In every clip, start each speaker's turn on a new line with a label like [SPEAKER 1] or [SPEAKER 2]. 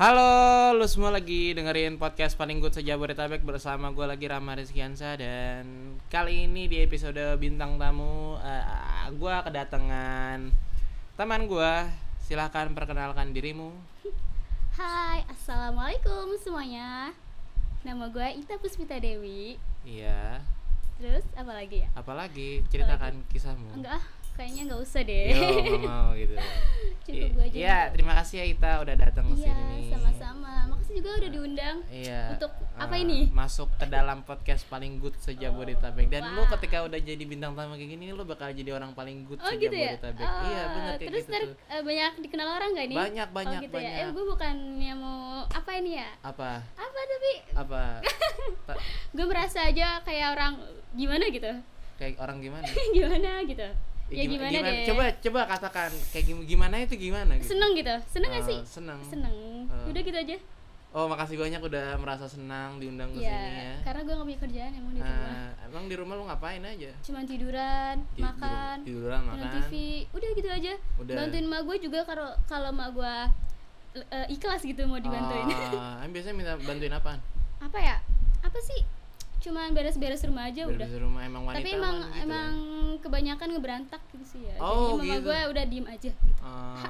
[SPEAKER 1] Halo, lu semua lagi dengerin podcast paling good sejabodetabek bersama gue lagi Rama Rizkiansa dan kali ini di episode bintang tamu eh, gue kedatangan teman gue. Silahkan perkenalkan dirimu.
[SPEAKER 2] Hai, assalamualaikum semuanya. Nama gue Ita Puspita Dewi.
[SPEAKER 1] Iya,
[SPEAKER 2] Terus apa lagi ya?
[SPEAKER 1] apalagi ceritakan kisahmu.
[SPEAKER 2] Enggak, ah, kayaknya enggak usah
[SPEAKER 1] Yo,
[SPEAKER 2] deh.
[SPEAKER 1] nggak mau gitu.
[SPEAKER 2] Cukup gue aja.
[SPEAKER 1] Iya, terima kasih ya Ita udah datang ke
[SPEAKER 2] Iya,
[SPEAKER 1] sini. nih.
[SPEAKER 2] sama-sama. Makasih juga udah diundang.
[SPEAKER 1] Iya.
[SPEAKER 2] Untuk apa
[SPEAKER 1] eh,
[SPEAKER 2] ini?
[SPEAKER 1] Masuk ke dalam podcast paling good sejabodetabek dan lu
[SPEAKER 2] Oh, Wah.
[SPEAKER 1] ketika udah jadi bintang tamu kayak gini lu bakal jadi orang paling good
[SPEAKER 2] Oh gitu ya?
[SPEAKER 1] sejabodetabek.
[SPEAKER 2] Oh,
[SPEAKER 1] iya, benar kayak
[SPEAKER 2] Terus
[SPEAKER 1] gitu
[SPEAKER 2] ntar
[SPEAKER 1] tuh.
[SPEAKER 2] eh, banyak dikenal orang gak nih?
[SPEAKER 1] Banyak, banyak,
[SPEAKER 2] oh, gitu ya? Eh
[SPEAKER 1] banyak.
[SPEAKER 2] gue bukannya mau apa ini ya?
[SPEAKER 1] Apa?
[SPEAKER 2] Apa tapi
[SPEAKER 1] Apa? Ta-
[SPEAKER 2] gue merasa aja kayak orang gimana gitu
[SPEAKER 1] kayak orang gimana?
[SPEAKER 2] Gimana gitu
[SPEAKER 1] Eh,
[SPEAKER 2] Ya, gimana, deh
[SPEAKER 1] Coba coba katakan kayak gim- gimana itu gimana gitu.
[SPEAKER 2] Seneng gitu, seneng gak
[SPEAKER 1] Eh,
[SPEAKER 2] sih?
[SPEAKER 1] Senang.
[SPEAKER 2] Seneng,
[SPEAKER 1] Eh.
[SPEAKER 2] udah gitu aja
[SPEAKER 1] Oh, makasih banyak udah merasa senang diundang ke
[SPEAKER 2] Ya,
[SPEAKER 1] sini ya.
[SPEAKER 2] karena gue gak punya kerjaan emang di rumah.
[SPEAKER 1] Nah, emang di rumah lu ngapain aja?
[SPEAKER 2] Cuman tiduran,
[SPEAKER 1] Di- di-
[SPEAKER 2] makan,
[SPEAKER 1] tiduran,
[SPEAKER 2] nonton
[SPEAKER 1] makan.
[SPEAKER 2] TV, udah gitu aja.
[SPEAKER 1] Udah.
[SPEAKER 2] Bantuin emak gue juga kalau kalau emak gue eh, ikhlas gitu mau dibantuin.
[SPEAKER 1] Ah, em biasanya minta bantuin apaan?
[SPEAKER 2] Apa ya? Apa sih? Cuman beres-beres rumah aja udah.
[SPEAKER 1] Beres-beres rumah emang wanita
[SPEAKER 2] Tapi emang
[SPEAKER 1] emang gitu
[SPEAKER 2] emang kebanyakan ngeberantak gitu sih ya.
[SPEAKER 1] Oh,
[SPEAKER 2] Jadi mama
[SPEAKER 1] gitu.
[SPEAKER 2] gue udah diem aja.
[SPEAKER 1] Ah.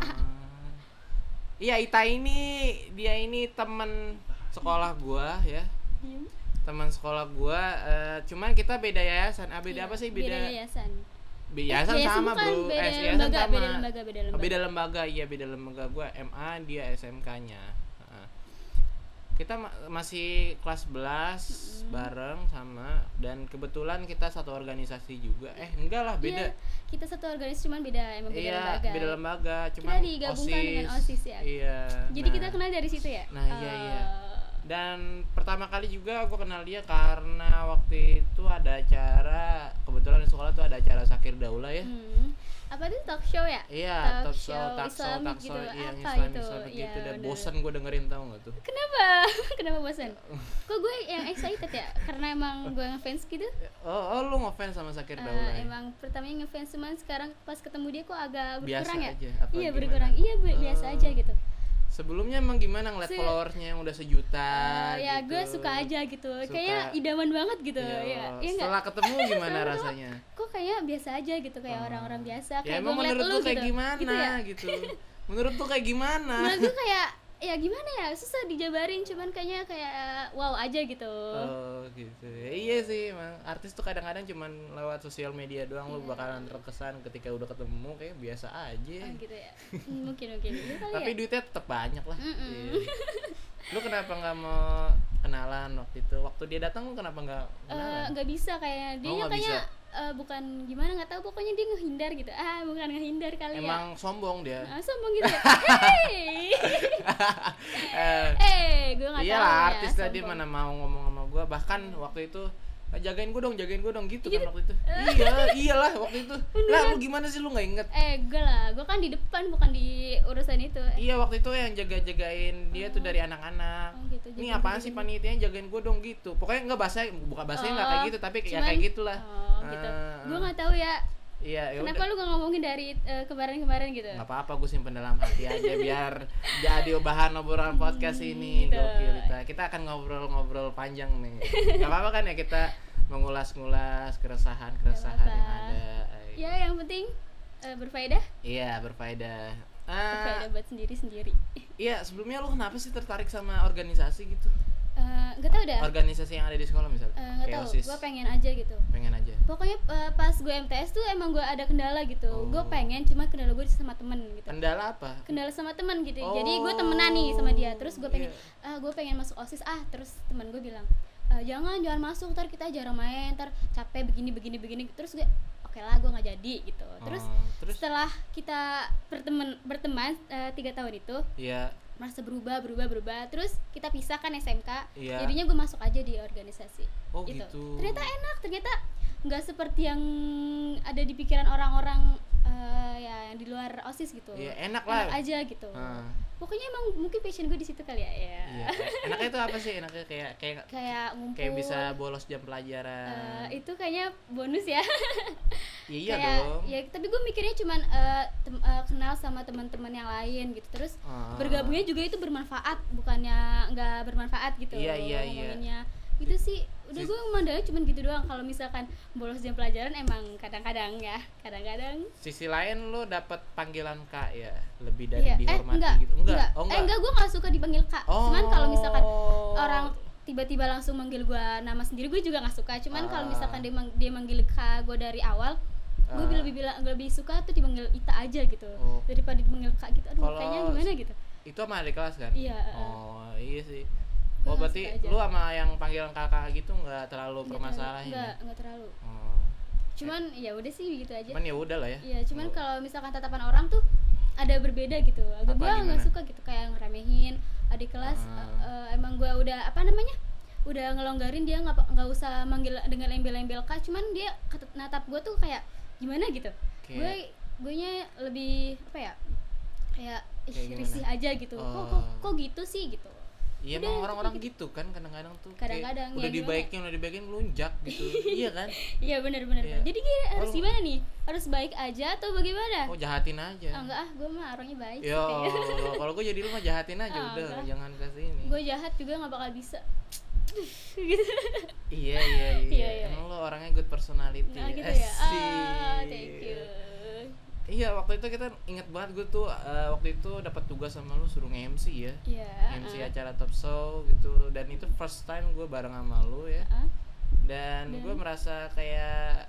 [SPEAKER 1] Iya Ita ini dia ini teman sekolah gua ya
[SPEAKER 2] Diem.
[SPEAKER 1] teman sekolah gua eh, cuman kita beda yayasan ah, beda
[SPEAKER 2] Iya,
[SPEAKER 1] apa sih beda
[SPEAKER 2] yayasan.
[SPEAKER 1] Be- yayasan
[SPEAKER 2] Yayasan
[SPEAKER 1] sama
[SPEAKER 2] bukan,
[SPEAKER 1] bro
[SPEAKER 2] beda
[SPEAKER 1] Eh, yayasan
[SPEAKER 2] lembaga,
[SPEAKER 1] sama
[SPEAKER 2] beda lembaga, beda
[SPEAKER 1] Ah,
[SPEAKER 2] lembaga.
[SPEAKER 1] beda lembaga iya beda lembaga gua MA dia SMK nya Ah. kita ma- masih kelas 11 bareng sama dan kebetulan kita satu organisasi juga eh enggak lah
[SPEAKER 2] Iya,
[SPEAKER 1] beda
[SPEAKER 2] kita satu organisasi cuman beda emang beda
[SPEAKER 1] iya
[SPEAKER 2] lembaga.
[SPEAKER 1] beda lembaga cuman
[SPEAKER 2] digabungkan dengan OSIS ya?
[SPEAKER 1] iya
[SPEAKER 2] Jadi
[SPEAKER 1] nah.
[SPEAKER 2] kita kenal dari situ ya?
[SPEAKER 1] Nah, iya, iya.
[SPEAKER 2] Eh,
[SPEAKER 1] dan pertama kali juga gue kenal dia karena waktu itu ada acara kebetulan di sekolah tuh ada acara sakir daula ya
[SPEAKER 2] Hmm. Apa tuh talk show ya?
[SPEAKER 1] Iya,
[SPEAKER 2] Talk
[SPEAKER 1] talk show,
[SPEAKER 2] show
[SPEAKER 1] talk show,
[SPEAKER 2] Islamic
[SPEAKER 1] talk show,
[SPEAKER 2] gitu,
[SPEAKER 1] iya, yang
[SPEAKER 2] apa
[SPEAKER 1] Islam,
[SPEAKER 2] itu?
[SPEAKER 1] Islam
[SPEAKER 2] Iya,
[SPEAKER 1] gitu dan
[SPEAKER 2] bener.
[SPEAKER 1] bosen gue dengerin tau gak tuh?
[SPEAKER 2] Kenapa? Kenapa bosan? Kok gue yang excited ya? Karena emang gue ngefans gitu.
[SPEAKER 1] Oh, oh lu ngefans sama Sakir
[SPEAKER 2] Eh,
[SPEAKER 1] Daula? ya?
[SPEAKER 2] emang pertamanya ngefans cuman sekarang pas ketemu dia kok agak
[SPEAKER 1] Biasa
[SPEAKER 2] berkurang ya?
[SPEAKER 1] aja, apa
[SPEAKER 2] iya
[SPEAKER 1] gimana?
[SPEAKER 2] berkurang. Iya bi- biasa
[SPEAKER 1] Oh.
[SPEAKER 2] aja gitu.
[SPEAKER 1] Sebelumnya emang gimana ngeliat
[SPEAKER 2] Se-
[SPEAKER 1] followersnya yang udah sejuta?
[SPEAKER 2] Eh, ya
[SPEAKER 1] gitu?
[SPEAKER 2] gue suka aja gitu.
[SPEAKER 1] Suka.
[SPEAKER 2] Kayaknya idaman banget gitu.
[SPEAKER 1] Ya
[SPEAKER 2] Iya,
[SPEAKER 1] Allah.
[SPEAKER 2] iya enggak?
[SPEAKER 1] Setelah ketemu gimana rasanya?
[SPEAKER 2] Kok kayak biasa aja gitu kayak orang-orang biasa
[SPEAKER 1] ya
[SPEAKER 2] kayak gue
[SPEAKER 1] emang
[SPEAKER 2] ngeliat
[SPEAKER 1] menurut
[SPEAKER 2] lu
[SPEAKER 1] lu kayak
[SPEAKER 2] gitu.
[SPEAKER 1] gimana
[SPEAKER 2] Gitu ya?
[SPEAKER 1] gitu? Menurut tuh kayak gimana?
[SPEAKER 2] menurut gue kayak ya gimana ya susah dijabarin cuman kayaknya kayak wow aja gitu
[SPEAKER 1] Oh gitu. Ya, iya sih, emang artis tuh kadang-kadang cuman lewat sosial media doang
[SPEAKER 2] Iya.
[SPEAKER 1] lu bakalan terkesan ketika udah ketemu kayak biasa aja.
[SPEAKER 2] Ah, gitu ya Hmm, mungkin mungkin Gitu kali
[SPEAKER 1] iya. Tapi
[SPEAKER 2] ya.
[SPEAKER 1] duitnya tetap banyak lah. Iya. Lu kenapa nggak mau kenalan waktu itu? Waktu dia datang lu kenapa nggak
[SPEAKER 2] Eh,
[SPEAKER 1] kenalan?
[SPEAKER 2] nggak bisa kayaknya dia
[SPEAKER 1] Oh, nggak
[SPEAKER 2] kayaknya
[SPEAKER 1] bisa.
[SPEAKER 2] eh, bukan gimana nggak tahu pokoknya dia ngehindar gitu ah bukan ngehindar kali
[SPEAKER 1] Emang
[SPEAKER 2] ya
[SPEAKER 1] sombong dia.
[SPEAKER 2] Ah, sombong gitu ya hey Ah.
[SPEAKER 1] eh,
[SPEAKER 2] hey gue nggak tahu ya,
[SPEAKER 1] iyalah Iya artis tadi
[SPEAKER 2] sombong.
[SPEAKER 1] mana mau ngomong sama gua. Bahkan waktu itu "Ah, jagain gue dong, jagain gue dong gitu kan waktu itu. iya, iyalah waktu itu. Lah lu gimana sih lu nggak inget?
[SPEAKER 2] eh gue lah gue kan di depan bukan di urusan itu
[SPEAKER 1] Iya waktu itu yang jaga-jagain dia tuh dari anak-anak.
[SPEAKER 2] Oh, gitu.
[SPEAKER 1] Nih
[SPEAKER 2] Jagain-
[SPEAKER 1] apaan sih panitianya jagain gue dong gitu. Pokoknya nggak bahasa, bukan bahasanya nggak kayak
[SPEAKER 2] Oh,
[SPEAKER 1] gitu, tapi kayak
[SPEAKER 2] cuman-
[SPEAKER 1] kayak gitulah.
[SPEAKER 2] oh gitu
[SPEAKER 1] Ah,
[SPEAKER 2] gue nggak tahu ya
[SPEAKER 1] Iya, ya udah.
[SPEAKER 2] kenapa lu gak ngomongin dari eh, kemarin-kemarin gitu
[SPEAKER 1] Nggak apa-apa, gue simpen dalam hati aja biar jadi bahan obrolan podcast ini.
[SPEAKER 2] gitu.
[SPEAKER 1] Gokil, kita. kita akan ngobrol-ngobrol panjang nih. Gak apa-apa kan ya kita mengulas-ngulas keresahan-keresahan yang
[SPEAKER 2] apa-apa.
[SPEAKER 1] ada.
[SPEAKER 2] ya yang penting eh, berfaedah
[SPEAKER 1] Iya, berfaedah. Ah,
[SPEAKER 2] berfaedah buat sendiri sendiri
[SPEAKER 1] iya, sebelumnya lu kenapa sih tertarik sama organisasi gitu?
[SPEAKER 2] Eh, nggak tau dah
[SPEAKER 1] Organisasi yang ada di sekolah misalnya?
[SPEAKER 2] Iya. Eh, nggak
[SPEAKER 1] Kayak
[SPEAKER 2] tahu
[SPEAKER 1] OSIS.
[SPEAKER 2] gue pengen aja gitu
[SPEAKER 1] pengen aja
[SPEAKER 2] pokoknya eh, pas gue MTS tuh emang gue ada kendala gitu
[SPEAKER 1] Oh.
[SPEAKER 2] gue pengen cuma kendala gue sama temen gitu
[SPEAKER 1] kendala apa
[SPEAKER 2] kendala sama teman gitu
[SPEAKER 1] Oh.
[SPEAKER 2] jadi gue temenan nih sama dia terus gue pengen
[SPEAKER 1] Iya.
[SPEAKER 2] ah gue pengen masuk osis ah terus teman gue bilang "Eh, jangan jangan masuk ntar kita jarang main ntar capek begini begini begini terus gue oke lah gue nggak jadi gitu terus
[SPEAKER 1] Oh, terus
[SPEAKER 2] setelah kita berteman berteman eh, tiga tahun itu
[SPEAKER 1] ya
[SPEAKER 2] merasa berubah berubah berubah terus kita pisah kan SMK
[SPEAKER 1] Iya.
[SPEAKER 2] jadinya gue masuk aja di organisasi
[SPEAKER 1] Oh, gitu.
[SPEAKER 2] ternyata enak ternyata nggak seperti yang ada di pikiran orang-orang eh, ya yang di luar osis gitu
[SPEAKER 1] ya enak lah
[SPEAKER 2] Enak aja gitu
[SPEAKER 1] Ah,
[SPEAKER 2] pokoknya emang mungkin passion gue di situ kali ya ya
[SPEAKER 1] iya. enaknya itu apa sih enaknya kayak kayak
[SPEAKER 2] kayak ngumpul
[SPEAKER 1] kayak bisa bolos jam
[SPEAKER 2] eh,
[SPEAKER 1] pelajaran
[SPEAKER 2] itu kayaknya bonus ya
[SPEAKER 1] Ya, iya
[SPEAKER 2] kayak
[SPEAKER 1] dong.
[SPEAKER 2] ya tapi gue mikirnya cuman eh, tem- eh, kenal sama teman-teman yang lain gitu terus
[SPEAKER 1] Ah.
[SPEAKER 2] bergabungnya juga itu bermanfaat bukannya nggak bermanfaat gitu
[SPEAKER 1] Iya, iya, iya.
[SPEAKER 2] ngomonginnya. itu sih udah
[SPEAKER 1] Sis-
[SPEAKER 2] gue mandanya cuman gitu doang kalau misalkan bolos jam pelajaran emang kadang-kadang ya kadang-kadang
[SPEAKER 1] Sisi lain lu dapat panggilan Kak ya, lebih dari
[SPEAKER 2] Iya,
[SPEAKER 1] dihormati
[SPEAKER 2] enggak,
[SPEAKER 1] gitu. Enggak,
[SPEAKER 2] enggak.
[SPEAKER 1] oh
[SPEAKER 2] eh enggak gue nggak suka dipanggil kak cuman kalau misalkan
[SPEAKER 1] Oh.
[SPEAKER 2] orang tiba-tiba langsung manggil gue nama sendiri gue juga nggak suka cuman kalau
[SPEAKER 1] Ah.
[SPEAKER 2] misalkan dia, mang- dia manggil kak gue dari awal gue
[SPEAKER 1] Ah.
[SPEAKER 2] lebih bilang lebih suka tuh dipanggil Ita aja gitu
[SPEAKER 1] Oh.
[SPEAKER 2] daripada dipanggil kak gitu aduh
[SPEAKER 1] Kalau-
[SPEAKER 2] kayaknya gimana gitu
[SPEAKER 1] itu sama adik kelas kan?
[SPEAKER 2] Iya, eh.
[SPEAKER 1] Oh, iya sih. Oh,
[SPEAKER 2] Gua nggak
[SPEAKER 1] berarti
[SPEAKER 2] suka aja.
[SPEAKER 1] lu sama yang panggilan kakak gitu nggak terlalu
[SPEAKER 2] Nggak terlalu-
[SPEAKER 1] bermasalahin.
[SPEAKER 2] nggak
[SPEAKER 1] ya?
[SPEAKER 2] nggak terlalu
[SPEAKER 1] Oh.
[SPEAKER 2] cuman ya udah sih gitu aja
[SPEAKER 1] Cuman ya udah lah ya.
[SPEAKER 2] Iya, cuman
[SPEAKER 1] Lu-
[SPEAKER 2] kalau misalkan tatapan orang tuh ada berbeda gitu. Agak
[SPEAKER 1] Apa,
[SPEAKER 2] gue
[SPEAKER 1] gimana?
[SPEAKER 2] nggak suka gitu kayak ngeremehin adik kelas.
[SPEAKER 1] Ah.
[SPEAKER 2] eh, eh, emang gue udah apa namanya? Udah ngelonggarin dia nggak pa- nggak usah manggil dengan embel-embel kak. Cuman dia ket- natap gue tuh kayak gimana gitu.
[SPEAKER 1] Kayak-
[SPEAKER 2] Gue gue nya lebih apa ya? Kayak ih,
[SPEAKER 1] Kayak gimana?
[SPEAKER 2] risih aja gitu. Kok, kok
[SPEAKER 1] Oh.
[SPEAKER 2] kok gitu sih gitu.
[SPEAKER 1] Iya
[SPEAKER 2] Udah,
[SPEAKER 1] emang
[SPEAKER 2] itu
[SPEAKER 1] orang-orang gitu kan kadang-kadang tuh kayak
[SPEAKER 2] Kadang-kadang, ya
[SPEAKER 1] udah
[SPEAKER 2] gimana?
[SPEAKER 1] dibaikin udah dibaikin lunjak gitu iya kan
[SPEAKER 2] Iya benar-benar.
[SPEAKER 1] Iya.
[SPEAKER 2] Jadi gini, harus
[SPEAKER 1] Oh.
[SPEAKER 2] gimana nih? Harus baik aja atau bagaimana?
[SPEAKER 1] oh jahatin aja
[SPEAKER 2] Ah, enggak ah, gue mah orangnya baik. sih
[SPEAKER 1] ya
[SPEAKER 2] kayaknya.
[SPEAKER 1] Allah, kalau gue jadi lu mah jahatin aja
[SPEAKER 2] Ah,
[SPEAKER 1] udah
[SPEAKER 2] enggak.
[SPEAKER 1] jangan ke sini
[SPEAKER 2] gue jahat juga nggak bakal bisa gitu
[SPEAKER 1] iya iya iya
[SPEAKER 2] Iya, iya.
[SPEAKER 1] emang lu orangnya good personality
[SPEAKER 2] nah gitu ya
[SPEAKER 1] Eh,
[SPEAKER 2] ah
[SPEAKER 1] Asik.
[SPEAKER 2] thank you
[SPEAKER 1] iya waktu itu kita ingat banget gue tuh eh, waktu itu dapat tugas sama lu suruh nge-MC ya
[SPEAKER 2] ya
[SPEAKER 1] MC
[SPEAKER 2] ah.
[SPEAKER 1] acara top show gitu dan itu first time gue bareng sama lu ya
[SPEAKER 2] Ah,
[SPEAKER 1] dan,
[SPEAKER 2] Dan-
[SPEAKER 1] gue merasa kayak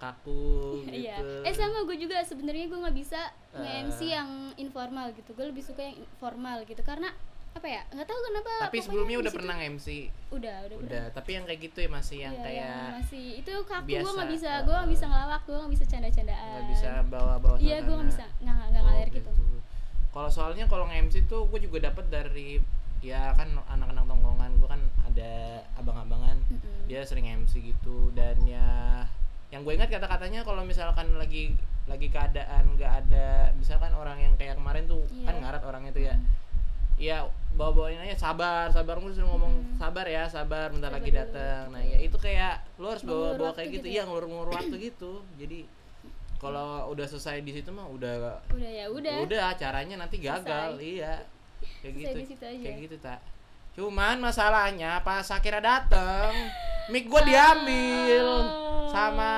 [SPEAKER 1] kaku gitu
[SPEAKER 2] Iya, eh sama gue juga sebenarnya gue nggak bisa nge-MC
[SPEAKER 1] Ah.
[SPEAKER 2] yang informal gitu. Gue lebih suka yang informal gitu karena apa ya? Nggak tahu kenapa.
[SPEAKER 1] tapi
[SPEAKER 2] pokoknya
[SPEAKER 1] sebelumnya
[SPEAKER 2] di
[SPEAKER 1] udah
[SPEAKER 2] situ-
[SPEAKER 1] pernah MC
[SPEAKER 2] Udah, udah,
[SPEAKER 1] udah tapi yang kayak gitu ya masih yang
[SPEAKER 2] Iya,
[SPEAKER 1] kayak
[SPEAKER 2] masih itu kaku gue
[SPEAKER 1] biasa.
[SPEAKER 2] nggak bisa, gue nggak bisa ngelawak, gue nggak bisa canda-candaan.
[SPEAKER 1] nggak bisa Oh, bawa bawa
[SPEAKER 2] Iya, gue nggak bisa, nggak nggak nggak ngalir gitu.
[SPEAKER 1] kalau soalnya kalau MC tuh gue juga dapat dari ya kan anak-anak tongkrongan gue kan ada abang-abangan
[SPEAKER 2] Mm-mm.
[SPEAKER 1] dia sering MC gitu dan ya yang gue ingat kata-katanya kalau misalkan lagi lagi keadaan nggak ada misalkan orang yang kayak kemarin tuh
[SPEAKER 2] Iya.
[SPEAKER 1] kan ngarat orangnya tuh ya ya bawa bawain aja sabar sabar gue sering ngomong sabar ya sabar bentar
[SPEAKER 2] Hmm. Sabar
[SPEAKER 1] lagi
[SPEAKER 2] dulu,
[SPEAKER 1] datang nah ya itu kayak lu harus bawa
[SPEAKER 2] Ngulur
[SPEAKER 1] bawa
[SPEAKER 2] waktu
[SPEAKER 1] kayak gitu,
[SPEAKER 2] gitu
[SPEAKER 1] ya ngulur ngulur waktu gitu jadi kalau udah selesai di situ mah udah
[SPEAKER 2] Udah ya, udah.
[SPEAKER 1] udah acaranya nanti gagal
[SPEAKER 2] Selesai.
[SPEAKER 1] iya kayak
[SPEAKER 2] Selesai
[SPEAKER 1] gitu
[SPEAKER 2] di situ aja.
[SPEAKER 1] kayak gitu tak cuman masalahnya pas Akira dateng mic gue diambil
[SPEAKER 2] Ah.
[SPEAKER 1] sama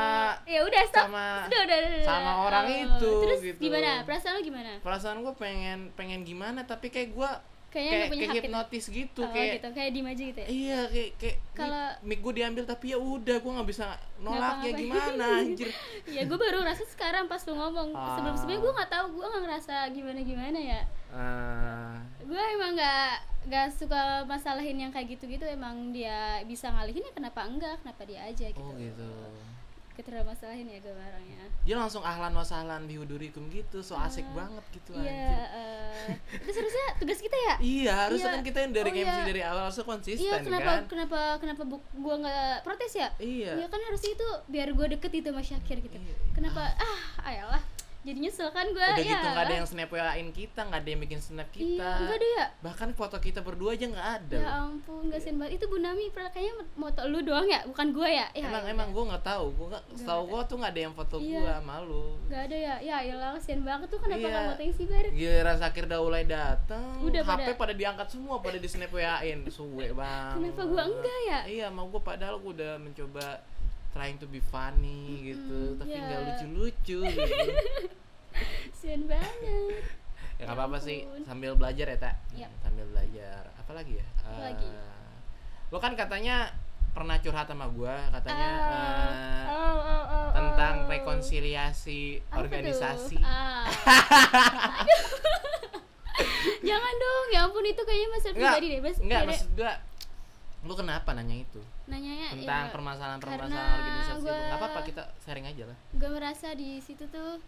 [SPEAKER 2] ya udah stop
[SPEAKER 1] sama-
[SPEAKER 2] udah, udah, udah, udah.
[SPEAKER 1] sama orang
[SPEAKER 2] Oh,
[SPEAKER 1] itu,
[SPEAKER 2] terus
[SPEAKER 1] gitu.
[SPEAKER 2] gimana perasaan lu gimana
[SPEAKER 1] perasaan gue pengen pengen gimana tapi kayak gue
[SPEAKER 2] kayaknya
[SPEAKER 1] kayak
[SPEAKER 2] lu punya
[SPEAKER 1] kayak
[SPEAKER 2] hak gitu
[SPEAKER 1] hipnotis gitu
[SPEAKER 2] oh,
[SPEAKER 1] kayak
[SPEAKER 2] gitu kayak diem aja gitu ya
[SPEAKER 1] iya kayak kayak
[SPEAKER 2] Kalau-
[SPEAKER 1] mic, gue diambil tapi ya udah gue nggak bisa nolak ya
[SPEAKER 2] Ngapa-ngapain.
[SPEAKER 1] gimana anjir
[SPEAKER 2] ya gue baru rasa sekarang pas lu ngomong
[SPEAKER 1] Ah.
[SPEAKER 2] sebelum sebelumnya gue nggak tahu gue nggak ngerasa gimana gimana ya
[SPEAKER 1] Ah,
[SPEAKER 2] gue emang nggak nggak suka masalahin yang kayak gitu gitu emang dia bisa ngalihin ya kenapa enggak kenapa dia aja gitu
[SPEAKER 1] oh gitu
[SPEAKER 2] keterlaluan masalahin ya gue orangnya
[SPEAKER 1] dia langsung ahlan wasahlan bihudurikum gitu so asik banget gitu
[SPEAKER 2] iya
[SPEAKER 1] anjir
[SPEAKER 2] eh, itu seharusnya tugas kita ya
[SPEAKER 1] Iya, harusnya
[SPEAKER 2] Iya.
[SPEAKER 1] kan kita yang dari
[SPEAKER 2] Oh,
[SPEAKER 1] MC
[SPEAKER 2] iya.
[SPEAKER 1] dari awal harusnya konsisten
[SPEAKER 2] Iya kenapa
[SPEAKER 1] kan.
[SPEAKER 2] kenapa kenapa bu, gua nggak protes ya?
[SPEAKER 1] Iya.
[SPEAKER 2] Ya kan harusnya itu biar gua deket gitu sama Syakir gitu.
[SPEAKER 1] Iya.
[SPEAKER 2] Kenapa ah ayalah jadi nyesel kan
[SPEAKER 1] Udah
[SPEAKER 2] gua ya.
[SPEAKER 1] gitu nggak ada yang snap-in kita, nggak ada yang bikin snap kita.
[SPEAKER 2] Iya, enggak ada ya?
[SPEAKER 1] Bahkan foto kita berdua aja nggak ada.
[SPEAKER 2] Ya ampun, enggak sen banget. Itu Bu Nami pernah- kayaknya moto lu doang ya, bukan gua ya? ya
[SPEAKER 1] emang
[SPEAKER 2] ya.
[SPEAKER 1] emang gue nggak tahu, gue nggak tahu gue tuh nggak ada yang foto
[SPEAKER 2] Iya.
[SPEAKER 1] gua malu.
[SPEAKER 2] Nggak ada ya? Ya ayalah kasihan banget tuh kenapa
[SPEAKER 1] Iya.
[SPEAKER 2] nggak motoin sih Bar?
[SPEAKER 1] Giliran Sakir udah mulai dateng,
[SPEAKER 2] Udah
[SPEAKER 1] HP
[SPEAKER 2] pada-
[SPEAKER 1] pada diangkat semua, pada di snap in suwe banget.
[SPEAKER 2] Kenapa gua enggak ya?
[SPEAKER 1] Iya, mau gue padahal gue udah mencoba trying to be funny gitu, tapi
[SPEAKER 2] iya.
[SPEAKER 1] nggak lucu-lucu gitu.
[SPEAKER 2] Kasihan banget.
[SPEAKER 1] ya
[SPEAKER 2] Ya
[SPEAKER 1] nggak apa-apa
[SPEAKER 2] ampun. Iya.
[SPEAKER 1] sih sambil belajar ya tak
[SPEAKER 2] Yap.
[SPEAKER 1] sambil belajar apalagi ya Eh,
[SPEAKER 2] Apalagi?
[SPEAKER 1] lo kan katanya pernah curhat sama gua katanya eh,
[SPEAKER 2] Ah. Oh, oh, oh, oh,
[SPEAKER 1] tentang
[SPEAKER 2] oh.
[SPEAKER 1] rekonsiliasi
[SPEAKER 2] Apa tuh?
[SPEAKER 1] organisasi
[SPEAKER 2] Ah. Jangan dong, ya ampun itu kayaknya masalah
[SPEAKER 1] enggak
[SPEAKER 2] pribadi deh, Bas.
[SPEAKER 1] enggak
[SPEAKER 2] Dede,
[SPEAKER 1] maksud gua lu kenapa nanya itu
[SPEAKER 2] nanyanya
[SPEAKER 1] tentang
[SPEAKER 2] ya,
[SPEAKER 1] permasalahan-permasalahan
[SPEAKER 2] karena
[SPEAKER 1] organisasi lu.
[SPEAKER 2] gua-
[SPEAKER 1] nggak apa-apa kita sharing aja lah
[SPEAKER 2] gue merasa di situ tuh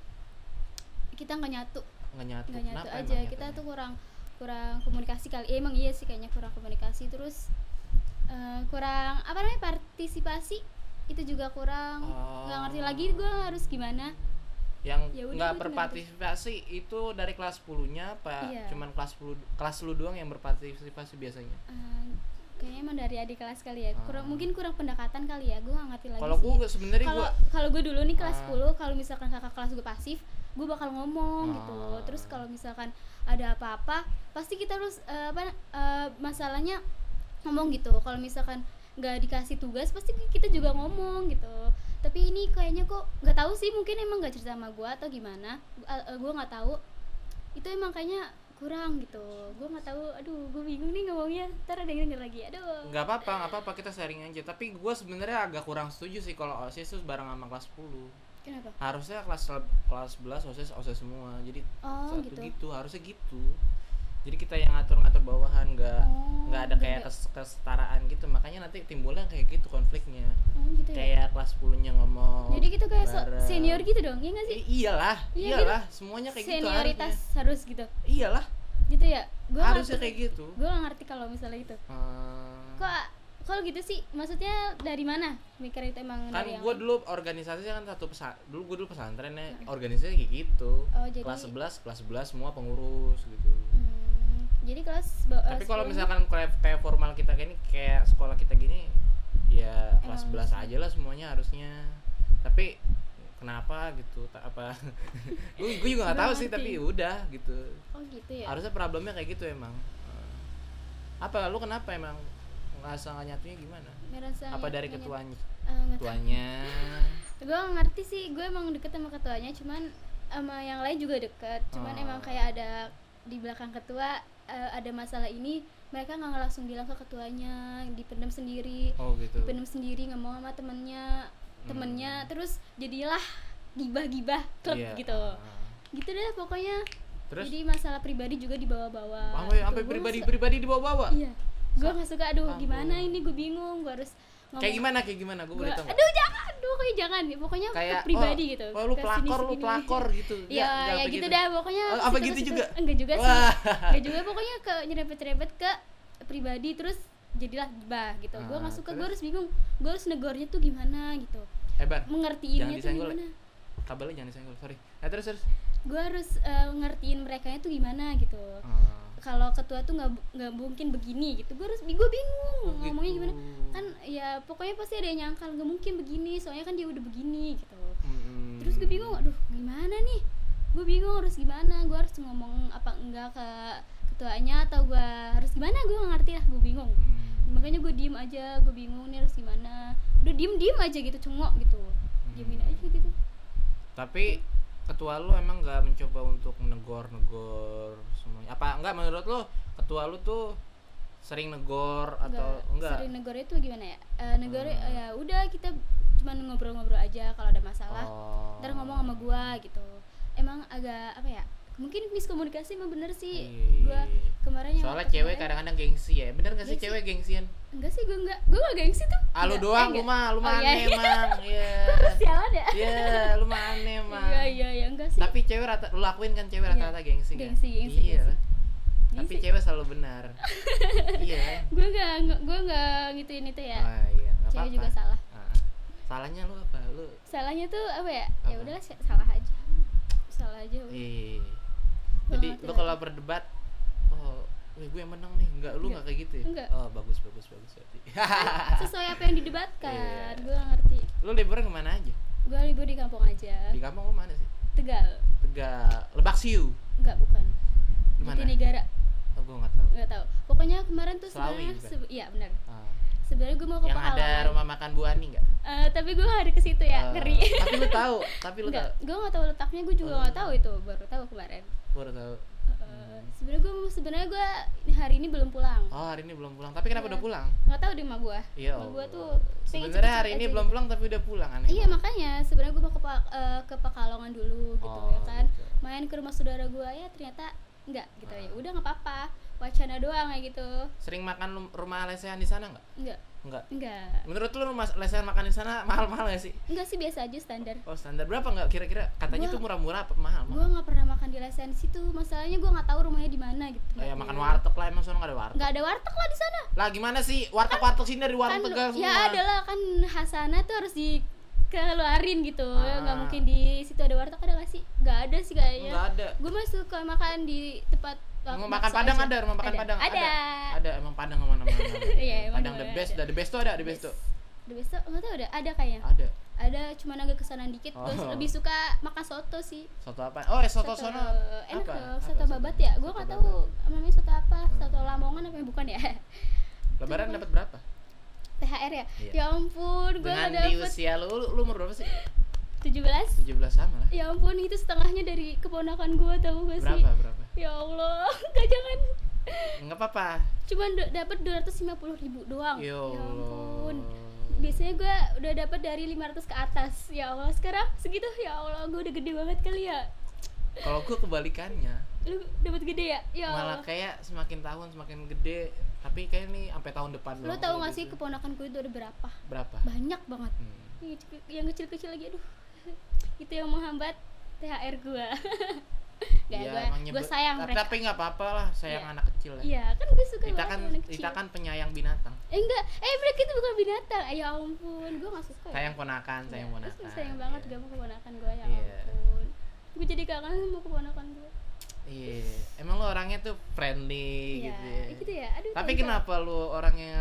[SPEAKER 2] kita nggak nyatu,
[SPEAKER 1] nggak nyatu
[SPEAKER 2] nggak nyatu
[SPEAKER 1] Kenapa
[SPEAKER 2] aja.
[SPEAKER 1] emang
[SPEAKER 2] Kita
[SPEAKER 1] nyatunya?
[SPEAKER 2] tuh kurang kurang komunikasi kali. Eh, emang iya sih kayaknya kurang komunikasi terus eh, kurang apa namanya partisipasi itu juga kurang
[SPEAKER 1] Oh.
[SPEAKER 2] nggak ngerti lagi gue harus gimana
[SPEAKER 1] yang
[SPEAKER 2] Ya udah,
[SPEAKER 1] nggak
[SPEAKER 2] gua cuma
[SPEAKER 1] berpartisipasi itu dari kelas 10-nya apa
[SPEAKER 2] Iya.
[SPEAKER 1] cuman kelas 10 kelas lu doang yang berpartisipasi biasanya
[SPEAKER 2] Eh, kayaknya emang dari adik kelas kali ya kurang
[SPEAKER 1] Ah.
[SPEAKER 2] mungkin kurang pendekatan kali ya gue nggak ngerti lagi
[SPEAKER 1] Kalau
[SPEAKER 2] sih
[SPEAKER 1] gue sebenarnya
[SPEAKER 2] kalau
[SPEAKER 1] gue
[SPEAKER 2] kalau gue dulu nih kelas
[SPEAKER 1] Ah.
[SPEAKER 2] 10 kalau misalkan kakak kelas gue pasif gue bakal ngomong gitu
[SPEAKER 1] Ah.
[SPEAKER 2] terus kalau misalkan ada apa-apa pasti kita harus eh, apa eh, masalahnya ngomong gitu kalau misalkan nggak dikasih tugas pasti kita juga ngomong gitu tapi ini kayaknya kok nggak tahu sih mungkin emang nggak cerita sama gue atau gimana gue nggak tahu itu emang kayaknya kurang gitu gue nggak tahu aduh gue bingung nih ngomongnya ntar ada yang denger lagi aduh
[SPEAKER 1] nggak apa-apa nggak apa-apa kita sharing aja tapi gue sebenarnya agak kurang setuju sih kalau osis tuh bareng sama kelas 10
[SPEAKER 2] kenapa
[SPEAKER 1] harusnya kelas kelas 11 osis osis semua jadi
[SPEAKER 2] oh
[SPEAKER 1] satu
[SPEAKER 2] gitu
[SPEAKER 1] gitu harusnya gitu jadi kita yang ngatur-ngatur bawahan nggak
[SPEAKER 2] Oh,
[SPEAKER 1] nggak ada kayak
[SPEAKER 2] beda.
[SPEAKER 1] kes- kesetaraan gitu makanya nanti timbulnya kayak gitu konfliknya
[SPEAKER 2] oh gitu ya
[SPEAKER 1] kayak kelas 10 nya ngomong
[SPEAKER 2] Jadi kita kayak so-
[SPEAKER 1] bareng.
[SPEAKER 2] senior gitu dong, iya nggak sih?
[SPEAKER 1] I- iyalah
[SPEAKER 2] Iya
[SPEAKER 1] iyalah semuanya kayak gitu
[SPEAKER 2] Senioritas
[SPEAKER 1] harusnya.
[SPEAKER 2] harus gitu,
[SPEAKER 1] iyalah
[SPEAKER 2] gitu ya? Gua
[SPEAKER 1] harusnya
[SPEAKER 2] ngerti-
[SPEAKER 1] kayak gitu
[SPEAKER 2] Gua nggak ngerti kalau misalnya itu.
[SPEAKER 1] Hmm.
[SPEAKER 2] Kok kalau gitu sih, maksudnya dari mana? Mikir itu emang
[SPEAKER 1] kan
[SPEAKER 2] dari yang
[SPEAKER 1] gue
[SPEAKER 2] lain?
[SPEAKER 1] dulu organisasinya kan satu pesa dulu gue dulu pesantren ya organisasinya kayak gitu
[SPEAKER 2] Oh, jadi-
[SPEAKER 1] kelas 11 kelas 11 semua pengurus gitu
[SPEAKER 2] Hmm, jadi kelas ba- eh,
[SPEAKER 1] tapi kalau
[SPEAKER 2] 10
[SPEAKER 1] misalkan kayak, kayak formal kita gini kayak sekolah kita gini ya kelas
[SPEAKER 2] Emang
[SPEAKER 1] 11 aja lah semuanya harusnya tapi kenapa gitu tak apa gue gue juga nggak
[SPEAKER 2] Gua
[SPEAKER 1] tahu sih
[SPEAKER 2] ngerti.
[SPEAKER 1] tapi udah gitu
[SPEAKER 2] Oh gitu ya.
[SPEAKER 1] harusnya problemnya kayak gitu emang Eh, apa lu kenapa emang ngerasa nggak nyatunya gimana
[SPEAKER 2] Ngerasa
[SPEAKER 1] apa dari
[SPEAKER 2] pengen-
[SPEAKER 1] ketuanya
[SPEAKER 2] Eh, nggak tahu.
[SPEAKER 1] ketuanya
[SPEAKER 2] Gua nggak ngerti sih, gue emang deket sama ketuanya, cuman sama yang lain juga deket. Cuman
[SPEAKER 1] Ah.
[SPEAKER 2] emang kayak ada di belakang ketua eh, ada masalah ini, mereka nggak langsung bilang ke ketuanya, dipendam sendiri.
[SPEAKER 1] oh gitu
[SPEAKER 2] dipendam sendiri nggak mau sama temennya temennya terus jadilah gibah-gibah klub
[SPEAKER 1] Hmm. Iya.
[SPEAKER 2] gitu
[SPEAKER 1] Ah.
[SPEAKER 2] gitu deh pokoknya
[SPEAKER 1] Terus?
[SPEAKER 2] jadi masalah pribadi juga dibawa-bawa
[SPEAKER 1] sampai
[SPEAKER 2] gitu.
[SPEAKER 1] sampai
[SPEAKER 2] Gua
[SPEAKER 1] pribadi
[SPEAKER 2] nggak suka-
[SPEAKER 1] pribadi dibawa-bawa
[SPEAKER 2] iya gue nggak suka aduh
[SPEAKER 1] Ampun.
[SPEAKER 2] gimana ini gue bingung gue harus Iya, ngomong
[SPEAKER 1] kayak gimana kayak gimana gue
[SPEAKER 2] gua,
[SPEAKER 1] boleh tahu nggak?
[SPEAKER 2] aduh jangan aduh kayak jangan pokoknya ke
[SPEAKER 1] kayak
[SPEAKER 2] pribadi
[SPEAKER 1] oh,
[SPEAKER 2] gitu
[SPEAKER 1] oh, lu
[SPEAKER 2] Ke sini,
[SPEAKER 1] pelakor lu
[SPEAKER 2] sini.
[SPEAKER 1] pelakor gitu Nggak,
[SPEAKER 2] Iya,
[SPEAKER 1] nggak
[SPEAKER 2] ya
[SPEAKER 1] begitu.
[SPEAKER 2] gitu dah pokoknya.
[SPEAKER 1] Oh, apa
[SPEAKER 2] situ ke
[SPEAKER 1] gitu
[SPEAKER 2] situ.
[SPEAKER 1] juga?
[SPEAKER 2] Enggak juga sih.
[SPEAKER 1] Wah.
[SPEAKER 2] Enggak juga pokoknya ke nyerempet-nyerempet ke pribadi terus jadilah gibah gitu. Gua
[SPEAKER 1] Ah,
[SPEAKER 2] nggak suka, gua
[SPEAKER 1] terus?
[SPEAKER 2] harus bingung. Gua harus negornya tuh gimana gitu.
[SPEAKER 1] hebat Jangan
[SPEAKER 2] Mengertiinnya tuh
[SPEAKER 1] disenggol.
[SPEAKER 2] gimana.
[SPEAKER 1] kabelnya jangan disenggol sorry nah terus terus
[SPEAKER 2] Gua harus eh, ngertiin mereka tuh gimana gitu.
[SPEAKER 1] Ah.
[SPEAKER 2] Kalau ketua tuh nggak bu- nggak mungkin begini gitu. Gua harus gua bingung
[SPEAKER 1] Oh,
[SPEAKER 2] ngomongnya
[SPEAKER 1] gitu.
[SPEAKER 2] gimana. Kan ya pokoknya pasti ada yang nyangkal nggak mungkin begini, soalnya kan dia udah begini gitu.
[SPEAKER 1] Mm-mm.
[SPEAKER 2] terus gue bingung aduh gimana nih gue bingung harus gimana gue harus ngomong apa enggak ke ketuanya atau gue harus gimana gue nggak ngerti lah gue bingung
[SPEAKER 1] Hmm.
[SPEAKER 2] makanya gue diem aja gue bingung nih harus gimana udah diem diem aja gitu cengok gitu diemin aja gitu
[SPEAKER 1] tapi ketua lu emang nggak mencoba untuk negor negor semuanya apa enggak menurut lu ketua lu tuh sering negor atau enggak Hmm.
[SPEAKER 2] sering negara itu gimana ya Eh negara ya udah kita cuman ngobrol-ngobrol aja kalau ada masalah
[SPEAKER 1] Oh.
[SPEAKER 2] ntar ngomong sama gua gitu emang agak apa ya mungkin miskomunikasi emang bener sih gua
[SPEAKER 1] Iya.
[SPEAKER 2] kemarin yang
[SPEAKER 1] soalnya
[SPEAKER 2] waktu
[SPEAKER 1] cewek
[SPEAKER 2] kemarin-
[SPEAKER 1] kadang-kadang gengsi ya bener gak sih
[SPEAKER 2] Gengsi.
[SPEAKER 1] cewek gengsian
[SPEAKER 2] Enggak sih, gue enggak. Gue enggak gengsi tuh.
[SPEAKER 1] ah lu
[SPEAKER 2] Enggak.
[SPEAKER 1] doang
[SPEAKER 2] Eh,
[SPEAKER 1] lu mah lu
[SPEAKER 2] Oh,
[SPEAKER 1] mah
[SPEAKER 2] iya,
[SPEAKER 1] aneh
[SPEAKER 2] iya.
[SPEAKER 1] emang iya
[SPEAKER 2] enggak. Sialan ya?
[SPEAKER 1] iya lu mah aneh emang
[SPEAKER 2] Iya, iya, iya, enggak sih.
[SPEAKER 1] tapi cewek rata lu lakuin kan cewek
[SPEAKER 2] Iya.
[SPEAKER 1] rata-rata gengsi kan
[SPEAKER 2] Gengsi, gengsi,
[SPEAKER 1] iya
[SPEAKER 2] gengsi.
[SPEAKER 1] tapi
[SPEAKER 2] Gengsi.
[SPEAKER 1] cewek selalu benar iya
[SPEAKER 2] gue enggak, enggak gue enggak gituin itu ya.
[SPEAKER 1] ah iya nggak
[SPEAKER 2] Cewek
[SPEAKER 1] apa-apa.
[SPEAKER 2] juga salah.
[SPEAKER 1] Ah. salahnya lu apa lu
[SPEAKER 2] Salahnya tuh apa ya? Ya
[SPEAKER 1] Apa?
[SPEAKER 2] udahlah si- salah aja. Salah aja. udah.
[SPEAKER 1] iya
[SPEAKER 2] Gua
[SPEAKER 1] jadi
[SPEAKER 2] ngerti
[SPEAKER 1] lu
[SPEAKER 2] lagi.
[SPEAKER 1] kalau berdebat oh weh, gue yang menang nih enggak lu enggak
[SPEAKER 2] Enggak.
[SPEAKER 1] kayak gitu ya
[SPEAKER 2] Enggak.
[SPEAKER 1] oh bagus bagus bagus berarti
[SPEAKER 2] Sesuai apa yang didebatkan.
[SPEAKER 1] Iya.
[SPEAKER 2] Gue enggak ngerti.
[SPEAKER 1] lu liburan kemana aja
[SPEAKER 2] Gue libur di kampung aja.
[SPEAKER 1] di kampung lu mana sih
[SPEAKER 2] Tegal.
[SPEAKER 1] Tegal Lebak Siu
[SPEAKER 2] Enggak, bukan.
[SPEAKER 1] Di mana?
[SPEAKER 2] negara.
[SPEAKER 1] Oh, gue nggak tahu.
[SPEAKER 2] Enggak tahu. Pokoknya kemarin tuh
[SPEAKER 1] Selawi
[SPEAKER 2] sebenarnya
[SPEAKER 1] bukan?
[SPEAKER 2] se- iya benar.
[SPEAKER 1] Ah.
[SPEAKER 2] Sebenarnya gue mau ke
[SPEAKER 1] yang ada
[SPEAKER 2] Pekalongan.
[SPEAKER 1] rumah makan Bu Ani nggak?
[SPEAKER 2] Eh, tapi gue gak ada ke situ ya,
[SPEAKER 1] Eh,
[SPEAKER 2] ngeri.
[SPEAKER 1] tapi lu tahu, tapi lu
[SPEAKER 2] Enggak,
[SPEAKER 1] tahu. Oh.
[SPEAKER 2] gue gak tahu letaknya, gue juga nggak tahu itu, baru tahu kemarin.
[SPEAKER 1] Baru tahu.
[SPEAKER 2] Eh, sebenarnya gue sebenarnya gue hari ini belum pulang.
[SPEAKER 1] Oh, hari ini belum pulang. Tapi kenapa
[SPEAKER 2] Iya.
[SPEAKER 1] udah pulang?
[SPEAKER 2] nggak tahu di rumah gue.
[SPEAKER 1] Iya.
[SPEAKER 2] Rumah gue
[SPEAKER 1] Allah.
[SPEAKER 2] tuh pengen
[SPEAKER 1] Sebenarnya
[SPEAKER 2] cepet-cepet
[SPEAKER 1] hari ini
[SPEAKER 2] aja
[SPEAKER 1] belum
[SPEAKER 2] gitu.
[SPEAKER 1] pulang ya, tapi udah pulang aneh.
[SPEAKER 2] Iya
[SPEAKER 1] banget.
[SPEAKER 2] makanya sebenarnya gue mau ke Pa- eh, ke Pekalongan dulu gitu
[SPEAKER 1] Oh,
[SPEAKER 2] ya kan.
[SPEAKER 1] gitu. Hmm.
[SPEAKER 2] Main ke rumah saudara gue ya ternyata enggak gitu ya. Udah nggak apa-apa. Wacana doang ya gitu.
[SPEAKER 1] Sering makan lu- rumah lesehan di sana nggak?
[SPEAKER 2] Enggak,
[SPEAKER 1] Nggak.
[SPEAKER 2] enggak.
[SPEAKER 1] Menurut lu rumah lesehan makan di sana mahal-mahal nggak sih?
[SPEAKER 2] Enggak sih biasa aja standar.
[SPEAKER 1] Oh, standar berapa nggak kira-kira? Katanya
[SPEAKER 2] Gua-
[SPEAKER 1] tuh murah-murah apa mahal?
[SPEAKER 2] Gue
[SPEAKER 1] mahal?
[SPEAKER 2] nggak pernah makan di lesehan di situ. Masalahnya gue nggak tahu rumahnya di mana gitu.
[SPEAKER 1] Kayak
[SPEAKER 2] tempatnya.
[SPEAKER 1] Oh, Iya, ya, makan warteg lah, emang sono nggak ada warteg.
[SPEAKER 2] Nggak ada warteg lah di sana.
[SPEAKER 1] Lah gimana sih warteg-warteg sini dari warung
[SPEAKER 2] kan
[SPEAKER 1] Tegal
[SPEAKER 2] lu-
[SPEAKER 1] semua?
[SPEAKER 2] ya adalah kan Hasanah tuh harus dikeluarin gitu
[SPEAKER 1] Ah.
[SPEAKER 2] nggak mungkin di situ ada warteg ada gak sih nggak ada sih kayaknya
[SPEAKER 1] Nggak ada.
[SPEAKER 2] gue mah suka makan di tempat
[SPEAKER 1] Rumah makan Padang ada, rumah makan Padang
[SPEAKER 2] ada. Ada.
[SPEAKER 1] Ada emang Padang kemana-mana.
[SPEAKER 2] Iya, emang
[SPEAKER 1] Padang the
[SPEAKER 2] ada.
[SPEAKER 1] best, dah the best tuh ada, the best tuh
[SPEAKER 2] The best tuh nggak tahu ada, ada kayaknya.
[SPEAKER 1] ada.
[SPEAKER 2] Ada cuman agak kesanan dikit. Gue
[SPEAKER 1] Oh.
[SPEAKER 2] lebih suka makan soto sih.
[SPEAKER 1] Soto apa? Oh, eh, soto sono.
[SPEAKER 2] enak
[SPEAKER 1] apa?
[SPEAKER 2] loh,
[SPEAKER 1] Apa
[SPEAKER 2] soto babat ya. Gue nggak
[SPEAKER 1] Soto
[SPEAKER 2] tahu
[SPEAKER 1] babat.
[SPEAKER 2] namanya soto apa,
[SPEAKER 1] Hmm.
[SPEAKER 2] soto Lamongan apa bukan ya?
[SPEAKER 1] Lebaran
[SPEAKER 2] Coba.
[SPEAKER 1] dapat berapa?
[SPEAKER 2] THR ya.
[SPEAKER 1] Iya.
[SPEAKER 2] Ya ampun, gue
[SPEAKER 1] Dengan di
[SPEAKER 2] dapet
[SPEAKER 1] usia lu, lu, lu umur berapa sih?
[SPEAKER 2] 17
[SPEAKER 1] 17 sama lah.
[SPEAKER 2] Ya ampun, itu setengahnya dari keponakan gue tau gak sih?
[SPEAKER 1] Berapa, berapa?
[SPEAKER 2] Ya Allah, gak jangan
[SPEAKER 1] Enggak apa-apa.
[SPEAKER 2] Cuman do- dapet 250 ribu doang
[SPEAKER 1] Yo.
[SPEAKER 2] Ya ampun Biasanya gue udah dapet dari 500 ke atas Ya Allah, sekarang segitu Ya Allah, gue udah gede banget kali ya
[SPEAKER 1] Kalau gue kebalikannya,
[SPEAKER 2] Lu dapet gede ya? Ya
[SPEAKER 1] malah
[SPEAKER 2] Allah
[SPEAKER 1] kayak semakin tahun semakin gede, tapi kayak nih sampai tahun depan
[SPEAKER 2] Lu
[SPEAKER 1] doang
[SPEAKER 2] tau
[SPEAKER 1] kayak
[SPEAKER 2] gak sih
[SPEAKER 1] gitu.
[SPEAKER 2] keponakan gue itu ada berapa?
[SPEAKER 1] berapa?
[SPEAKER 2] Banyak banget
[SPEAKER 1] Hmm.
[SPEAKER 2] Yang kecil- Yang kecil-kecil lagi, aduh Itu yang menghambat THR gue Gak,
[SPEAKER 1] Iya,
[SPEAKER 2] gue
[SPEAKER 1] emang
[SPEAKER 2] gue
[SPEAKER 1] nyebut-
[SPEAKER 2] sayang
[SPEAKER 1] tapi,
[SPEAKER 2] mereka
[SPEAKER 1] Tapi nggak apa-apa lah, sayang
[SPEAKER 2] Iya.
[SPEAKER 1] anak kecil ya.
[SPEAKER 2] Iya, kan gue suka
[SPEAKER 1] Kita
[SPEAKER 2] banget
[SPEAKER 1] kan
[SPEAKER 2] sama anak
[SPEAKER 1] kita
[SPEAKER 2] kecil.
[SPEAKER 1] kan penyayang binatang.
[SPEAKER 2] Eh enggak, eh mereka itu bukan binatang. Eh, Ya ampun, gue gak suka. ya.
[SPEAKER 1] Sayang ponakan, sayang
[SPEAKER 2] Iya, terus
[SPEAKER 1] ponakan.
[SPEAKER 2] Sayang banget
[SPEAKER 1] Iya.
[SPEAKER 2] gak mau keponakan gue ya
[SPEAKER 1] Iya.
[SPEAKER 2] ampun. Gue jadi kangen sama keponakan gue.
[SPEAKER 1] Iya. Emang lo orangnya tuh friendly
[SPEAKER 2] Iya,
[SPEAKER 1] gitu ya.
[SPEAKER 2] gitu ya. Aduh.
[SPEAKER 1] Tapi
[SPEAKER 2] tau nggak?
[SPEAKER 1] kenapa lu orangnya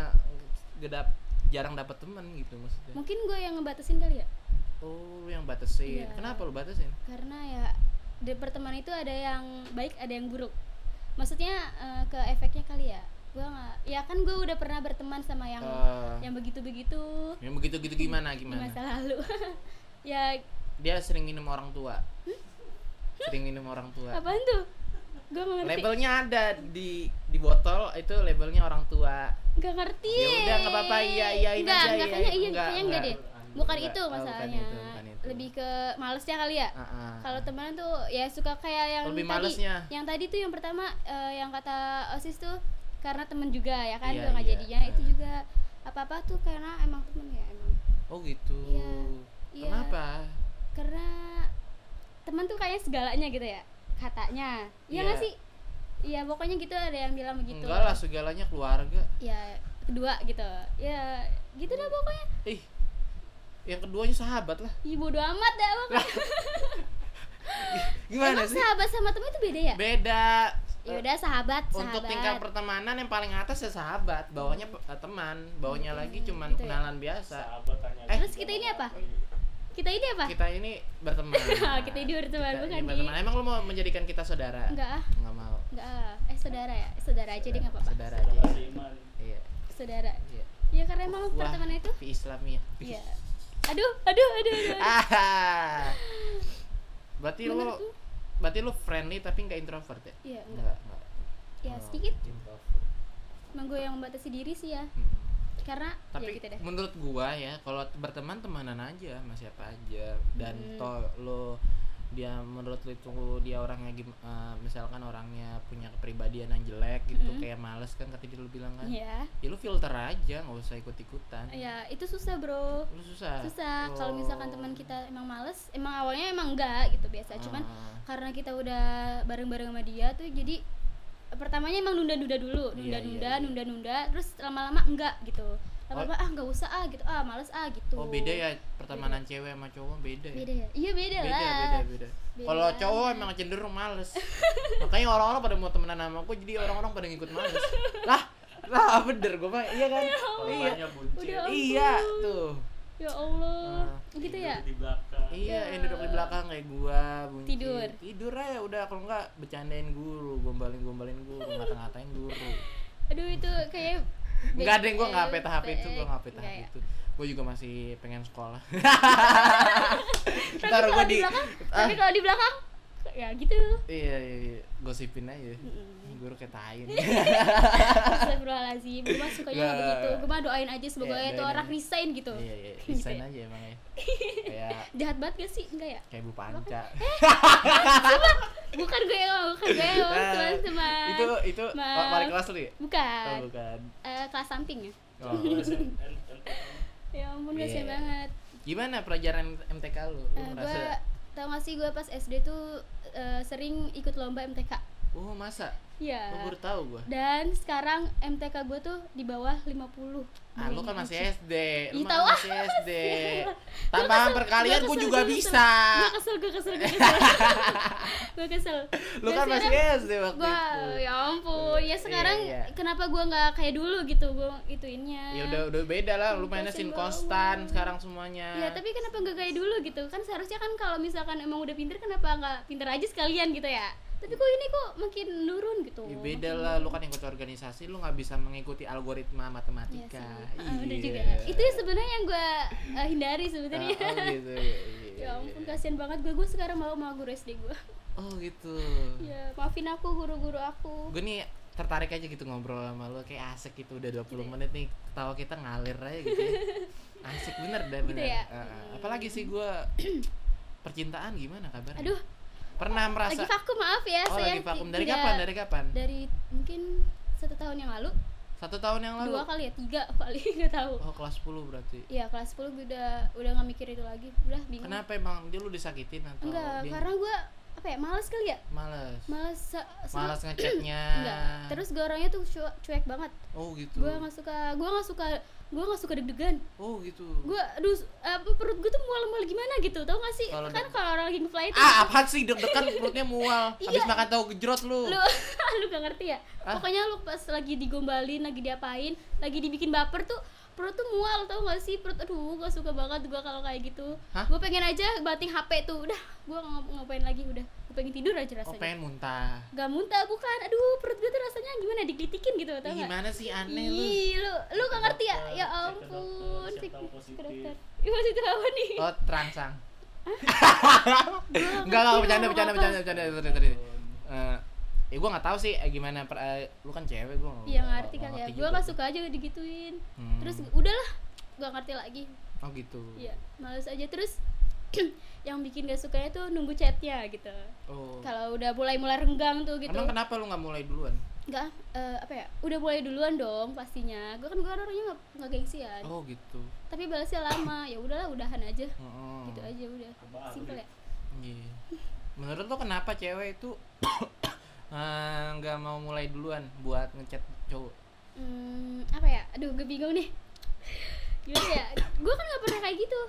[SPEAKER 1] gedap jarang dapat temen gitu maksudnya?
[SPEAKER 2] Mungkin gue yang ngebatasin kali ya.
[SPEAKER 1] Oh, yang batasin.
[SPEAKER 2] Iya.
[SPEAKER 1] Kenapa lu batasin?
[SPEAKER 2] Karena ya di pertemanan itu ada yang baik, ada yang buruk. Maksudnya eh, ke efeknya kali ya. Gue nggak, ya kan gue udah pernah berteman sama yang
[SPEAKER 1] Eh,
[SPEAKER 2] yang begitu-begitu
[SPEAKER 1] yang begitu-gitu gimana
[SPEAKER 2] di
[SPEAKER 1] gimana?
[SPEAKER 2] masa lalu. ya
[SPEAKER 1] Dia sering minum orang tua. Sering minum orang tua.
[SPEAKER 2] apaan tuh? Gue gak ngerti.
[SPEAKER 1] Labelnya ada di di botol itu labelnya orang tua.
[SPEAKER 2] Gak ngerti.
[SPEAKER 1] Ya udah nggak apa-apa, iya iyain
[SPEAKER 2] Enggak,
[SPEAKER 1] aja,
[SPEAKER 2] enggak
[SPEAKER 1] iyain.
[SPEAKER 2] kayaknya iya,
[SPEAKER 1] Enggak,
[SPEAKER 2] kayaknya enggak deh.
[SPEAKER 1] enggak.
[SPEAKER 2] Bukan
[SPEAKER 1] Enggak,
[SPEAKER 2] itu
[SPEAKER 1] oh, bukan
[SPEAKER 2] masalahnya.
[SPEAKER 1] itu, bukan itu.
[SPEAKER 2] Lebih ke malesnya kali ya.
[SPEAKER 1] Ah-ah.
[SPEAKER 2] Kalau temenan tuh ya suka kayak yang
[SPEAKER 1] Lebih
[SPEAKER 2] tadi.
[SPEAKER 1] malesnya.
[SPEAKER 2] Yang tadi tuh yang pertama eh, yang kata OSIS tuh karena temen juga ya kan
[SPEAKER 1] Iya,
[SPEAKER 2] gua nggak
[SPEAKER 1] iya.
[SPEAKER 2] jadinya itu
[SPEAKER 1] Ah.
[SPEAKER 2] juga apa-apa tuh karena emang temen ya emang.
[SPEAKER 1] Oh gitu.
[SPEAKER 2] Iya, iya.
[SPEAKER 1] Kenapa?
[SPEAKER 2] Karena teman tuh kayak segalanya gitu ya katanya. Iya nggak
[SPEAKER 1] Iya.
[SPEAKER 2] sih? Iya pokoknya gitu ada yang bilang begitu.
[SPEAKER 1] Enggak lah segalanya keluarga.
[SPEAKER 2] Ya kedua gitu. Ya gitu dah pokoknya.
[SPEAKER 1] Ih. Yang keduanya sahabat lah.
[SPEAKER 2] Ih bodo amat dah pokoknya.
[SPEAKER 1] Gimana
[SPEAKER 2] Emang
[SPEAKER 1] sih?
[SPEAKER 2] sahabat sama temen itu beda ya?
[SPEAKER 1] Beda. Eh,
[SPEAKER 2] ya udah sahabat, sahabat.
[SPEAKER 1] Untuk tingkat pertemanan yang paling atas ya sahabat, bawahnya pe- eh, teman, bawahnya lagi cuman
[SPEAKER 2] gitu ya.
[SPEAKER 1] kenalan biasa.
[SPEAKER 3] sahabat tanya
[SPEAKER 1] Eh.
[SPEAKER 2] Terus kita ini apa? Kita ini apa?
[SPEAKER 1] Kita ini berteman.
[SPEAKER 2] Kita ini berteman,
[SPEAKER 1] Kita
[SPEAKER 2] bukan
[SPEAKER 1] ini
[SPEAKER 2] di-
[SPEAKER 1] berteman. Emang lu mau menjadikan kita saudara?
[SPEAKER 2] Enggak ah,
[SPEAKER 1] Enggak mau.
[SPEAKER 2] enggak ah. Eh saudara ya? Saudara aja deh enggak apa-apa.
[SPEAKER 1] Saudara aja.
[SPEAKER 3] sahabat iman
[SPEAKER 1] Iya.
[SPEAKER 2] Saudara.
[SPEAKER 1] Iya.
[SPEAKER 2] Ya karena emang
[SPEAKER 1] Wah,
[SPEAKER 2] pertemanan itu
[SPEAKER 1] fi Islamiyah.
[SPEAKER 2] Iya. Aduh, aduh, aduh, aduh.
[SPEAKER 1] Ah. Berarti lu
[SPEAKER 2] Menurut lu?
[SPEAKER 1] berarti lu friendly tapi nggak introvert ya?
[SPEAKER 2] Iya, enggak.
[SPEAKER 1] Enggak, enggak.
[SPEAKER 2] Ya
[SPEAKER 1] Oh,
[SPEAKER 2] sedikit
[SPEAKER 1] introvert.
[SPEAKER 2] emang gue yang membatasi diri sih ya.
[SPEAKER 1] Hmm.
[SPEAKER 2] Karena
[SPEAKER 1] Tapi
[SPEAKER 2] ya gitu deh.
[SPEAKER 1] menurut gua ya, kalau berteman temanan aja sama siapa aja dan
[SPEAKER 2] Hmm.
[SPEAKER 1] toh lo dia menurut lu itu dia orangnya gim- eh, misalkan orangnya punya kepribadian yang jelek gitu
[SPEAKER 2] Mm-mm.
[SPEAKER 1] kayak males kan tadi lu bilang kan
[SPEAKER 2] Hmm. Iya.
[SPEAKER 1] ya lu filter aja nggak usah ikut ikutan
[SPEAKER 2] Ya, itu susah, Bro.
[SPEAKER 1] lu susah
[SPEAKER 2] Susah kalau misalkan
[SPEAKER 1] Oh.
[SPEAKER 2] teman kita emang males, emang awalnya emang enggak gitu biasa. Cuman
[SPEAKER 1] Ah.
[SPEAKER 2] karena kita udah bareng-bareng sama dia tuh jadi eh, pertamanya emang nunda-nunda dulu
[SPEAKER 1] Iya,
[SPEAKER 2] nunda-nunda
[SPEAKER 1] iya, iya.
[SPEAKER 2] nunda-nunda terus lama-lama enggak gitu lama-lama ah nggak usah ah gitu ah males ah gitu
[SPEAKER 1] Oh beda ya pertemanan cewek sama cowok beda ya.
[SPEAKER 2] beda ya iya beda,
[SPEAKER 1] Beda
[SPEAKER 2] lah
[SPEAKER 1] beda beda.
[SPEAKER 2] Beda
[SPEAKER 1] Kalau cowok emang cenderung males. Makanya orang-orang pada mau temenan sama aku jadi orang-orang pada ngikut males. Lah, lah bener gue mah iya kan?
[SPEAKER 2] Ya
[SPEAKER 1] Iya.
[SPEAKER 3] Mamanya buncit
[SPEAKER 2] Udah.
[SPEAKER 1] Iya tuh.
[SPEAKER 2] ya allah
[SPEAKER 1] Ah,
[SPEAKER 2] gitu
[SPEAKER 3] tidur
[SPEAKER 2] ya
[SPEAKER 3] di belakang
[SPEAKER 1] Iya,
[SPEAKER 2] Ya.
[SPEAKER 1] yang duduk di belakang kayak gua, buncit.
[SPEAKER 2] Tidur.
[SPEAKER 1] Tidur aja udah kalau enggak bercandain guru, gombalin-gombalin guru, ngata-ngatain guru.
[SPEAKER 2] aduh itu kayak
[SPEAKER 1] Enggak deh, gua enggak sampai tahap itu, gua enggak sampai
[SPEAKER 2] Enggak
[SPEAKER 1] tahap
[SPEAKER 2] ya.
[SPEAKER 1] itu. Gua juga masih pengen sekolah.
[SPEAKER 2] tapi
[SPEAKER 1] Ntar
[SPEAKER 2] kalau
[SPEAKER 1] gua
[SPEAKER 2] di
[SPEAKER 1] di
[SPEAKER 2] belakang
[SPEAKER 1] Ah.
[SPEAKER 2] tapi kalau di belakang ya gitu
[SPEAKER 1] Iya, iya, iya. gosipin aja.
[SPEAKER 2] Mm-mm. Iya.
[SPEAKER 1] Guru kayak tai.
[SPEAKER 2] Astagfirullahaladzim, gue mah sukanya nggak
[SPEAKER 1] Nggak.
[SPEAKER 2] begitu Gue mah doain aja semoga
[SPEAKER 1] Nah. Iya,
[SPEAKER 2] itu
[SPEAKER 1] doain
[SPEAKER 2] orang
[SPEAKER 1] aja.
[SPEAKER 2] resign gitu
[SPEAKER 1] Iya, iya,
[SPEAKER 2] Gitu
[SPEAKER 1] desain
[SPEAKER 2] ya.
[SPEAKER 1] aja emang ya. Kayak
[SPEAKER 2] Jahat banget gak sih? Enggak ya?
[SPEAKER 1] kayak Bu Panca.
[SPEAKER 2] bukan gue yang bukan gue yang ngomong, teman-teman
[SPEAKER 1] Ah, itu itu
[SPEAKER 2] Maaf.
[SPEAKER 1] wali kelas lu ya?
[SPEAKER 2] bukan
[SPEAKER 1] Oh, bukan.
[SPEAKER 2] Eh, kelas samping ya
[SPEAKER 1] Oh.
[SPEAKER 2] ya ampun
[SPEAKER 1] Iya.
[SPEAKER 2] kasihan banget
[SPEAKER 1] Gimana pelajaran MTK lu? Lu
[SPEAKER 2] Eh, gue
[SPEAKER 1] merasa
[SPEAKER 2] tau gak sih gue pas SD tuh eh, sering ikut lomba MTK
[SPEAKER 1] oh masa
[SPEAKER 2] Iya.
[SPEAKER 1] Lo baru tahu gue
[SPEAKER 2] Dan sekarang MTK gue tuh di bawah 50.
[SPEAKER 1] ah lu kan
[SPEAKER 2] Bayangin
[SPEAKER 1] masih
[SPEAKER 2] aja.
[SPEAKER 1] SD lu
[SPEAKER 2] Iya, Ih,
[SPEAKER 1] mah
[SPEAKER 2] tahu.
[SPEAKER 1] masih SD tambahan perkalian
[SPEAKER 2] Gua
[SPEAKER 1] gue
[SPEAKER 2] kesel,
[SPEAKER 1] juga
[SPEAKER 2] gua kesel.
[SPEAKER 1] bisa
[SPEAKER 2] Gue kesel, gue kesel, gue kesel. gue kesel.
[SPEAKER 1] lu kan masih SD waktu
[SPEAKER 2] Gue,
[SPEAKER 1] itu
[SPEAKER 2] ya ampun, ya
[SPEAKER 1] Iya,
[SPEAKER 2] sekarang
[SPEAKER 1] iya.
[SPEAKER 2] kenapa gue nggak kayak dulu gitu, gue ituinnya.
[SPEAKER 1] ya udah udah beda lah lu
[SPEAKER 2] Gua
[SPEAKER 1] mainnya sin
[SPEAKER 2] kesel banget.
[SPEAKER 1] konstan sekarang semuanya
[SPEAKER 2] Ya tapi kenapa nggak kayak dulu gitu? Kan seharusnya kan kalau misalkan emang udah pinter kenapa nggak pinter aja sekalian gitu ya? Tapi kok ini kok makin nurun gitu?
[SPEAKER 1] Ya beda
[SPEAKER 2] makin
[SPEAKER 1] lah, lu
[SPEAKER 2] nurun.
[SPEAKER 1] kan ikut organisasi, lu nggak bisa mengikuti algoritma
[SPEAKER 2] Iya
[SPEAKER 1] matematika.
[SPEAKER 2] sih. Ah, udah juga.
[SPEAKER 1] Iya.
[SPEAKER 2] Itu sebenarnya yang gue hindari
[SPEAKER 1] Ah,
[SPEAKER 2] sebenarnya.
[SPEAKER 1] oh, gitu. iya, iya,
[SPEAKER 2] ya ampun
[SPEAKER 1] iya.
[SPEAKER 2] kasihan banget gue gue sekarang malu sama guru SD gue.
[SPEAKER 1] Oh gitu.
[SPEAKER 2] ya maafin aku guru-guru aku.
[SPEAKER 1] Gue nih tertarik aja gitu ngobrol sama lu kayak asik gitu udah 20
[SPEAKER 2] ya.
[SPEAKER 1] menit nih ketawa kita ngalir aja gitu. ya. Asik bener dah
[SPEAKER 2] Gitu
[SPEAKER 1] bener.
[SPEAKER 2] ya? Hmm.
[SPEAKER 1] Ah, ah. apalagi sih gua percintaan gimana kabarnya?
[SPEAKER 2] Aduh
[SPEAKER 1] Pernah merasa
[SPEAKER 2] lagi vakum maaf ya
[SPEAKER 1] Oh,
[SPEAKER 2] saya
[SPEAKER 1] lagi vakum.
[SPEAKER 2] ti-
[SPEAKER 1] Dari
[SPEAKER 2] tidak-
[SPEAKER 1] kapan? Dari kapan?
[SPEAKER 2] dari mungkin satu tahun yang lalu,
[SPEAKER 1] Satu tahun yang lalu.
[SPEAKER 2] dua kali ya tiga kali nggak tahu.
[SPEAKER 1] Oh, kelas 10 berarti.
[SPEAKER 2] Iya kelas 10 gue udah udah nggak mikir itu lagi, udah bingung.
[SPEAKER 1] Kenapa emang dia lu disakitin atau
[SPEAKER 2] Iya. Enggak,
[SPEAKER 1] Oh, dia
[SPEAKER 2] karena gue apa ya males kali ya,
[SPEAKER 1] males?
[SPEAKER 2] males. se- se-
[SPEAKER 1] Malas ngeceknya.
[SPEAKER 2] Enggak.
[SPEAKER 1] eh.
[SPEAKER 2] Terus gue orangnya tuh cu- cuek banget.
[SPEAKER 1] Oh gitu.
[SPEAKER 2] Gue nggak suka, gue nggak suka, gue nggak suka deg-degan.
[SPEAKER 1] Oh gitu.
[SPEAKER 2] Gue, aduh, s- apa, perut gue tuh mual-mual gimana gitu, tau gak sih?
[SPEAKER 1] Kalau
[SPEAKER 2] kan kalau orang lagi ngefly itu Iya.
[SPEAKER 1] Ah, apaan sih deg-degan perutnya mual. Habis makan tahu gejrot lu.
[SPEAKER 2] lu lu gak ngerti ya
[SPEAKER 1] Ah.
[SPEAKER 2] pokoknya lu pas lagi digombalin lagi diapain lagi dibikin baper tuh perut tuh mual tau gak sih perut aduh gak suka banget gua kalau kayak gitu
[SPEAKER 1] Hah?
[SPEAKER 2] gua pengen aja bating hp tuh udah gua nggak mau ngapain lagi udah gua pengen tidur aja
[SPEAKER 1] Oh,
[SPEAKER 2] rasanya
[SPEAKER 1] pengen muntah.
[SPEAKER 2] gak muntah bukan aduh perut gua tuh rasanya gimana dikelitikin gitu tau
[SPEAKER 1] Ih,
[SPEAKER 2] gak
[SPEAKER 1] gimana sih aneh lu?
[SPEAKER 2] Ih, lu lu gak ngerti ya
[SPEAKER 3] dokter,
[SPEAKER 2] ya
[SPEAKER 3] cek ke
[SPEAKER 2] ampun
[SPEAKER 3] dokter,
[SPEAKER 2] cek
[SPEAKER 3] siapa
[SPEAKER 2] ke
[SPEAKER 3] positif.
[SPEAKER 2] dokter Ih, positif apa nih
[SPEAKER 1] Oh, terangsang.
[SPEAKER 2] Gua nggak
[SPEAKER 1] Enggak enggak bercanda
[SPEAKER 2] ngerti ngomong
[SPEAKER 1] bercanda
[SPEAKER 2] apa.
[SPEAKER 1] bercanda bercanda sorry sorry. Eh, ya gua nggak tahu sih eh, gimana per, eh, lu kan cewek gua. nggak-
[SPEAKER 2] iya nggak ngerti
[SPEAKER 1] nggak
[SPEAKER 2] kali ya
[SPEAKER 1] ngerti
[SPEAKER 2] gua
[SPEAKER 1] juga.
[SPEAKER 2] gak suka aja digituin
[SPEAKER 1] Hmm.
[SPEAKER 2] terus udahlah gak ngerti lagi
[SPEAKER 1] Oh gitu.
[SPEAKER 2] Iya, males aja terus yang bikin gak sukanya tuh nunggu chatnya gitu.
[SPEAKER 1] Oh.
[SPEAKER 2] Kalau udah mulai mulai renggang tuh gitu.
[SPEAKER 1] Emang kenapa lu nggak mulai duluan?
[SPEAKER 2] Nggak, eh, apa ya? Udah mulai duluan dong pastinya. Gue kan gue orangnya nggak nggak gengsian.
[SPEAKER 1] Oh gitu.
[SPEAKER 2] Tapi balasnya lama. Ya udahlah, udahan aja.
[SPEAKER 1] Heeh.
[SPEAKER 2] Gitu aja udah.
[SPEAKER 3] Apaan
[SPEAKER 2] Simple ya.
[SPEAKER 1] Iya. Menurut lo kenapa cewek itu eh, nggak mau mulai duluan buat ngechat cowok?
[SPEAKER 2] Hmm, apa ya? Aduh, gue bingung nih. Gimana ya? Gue kan nggak pernah kayak gitu.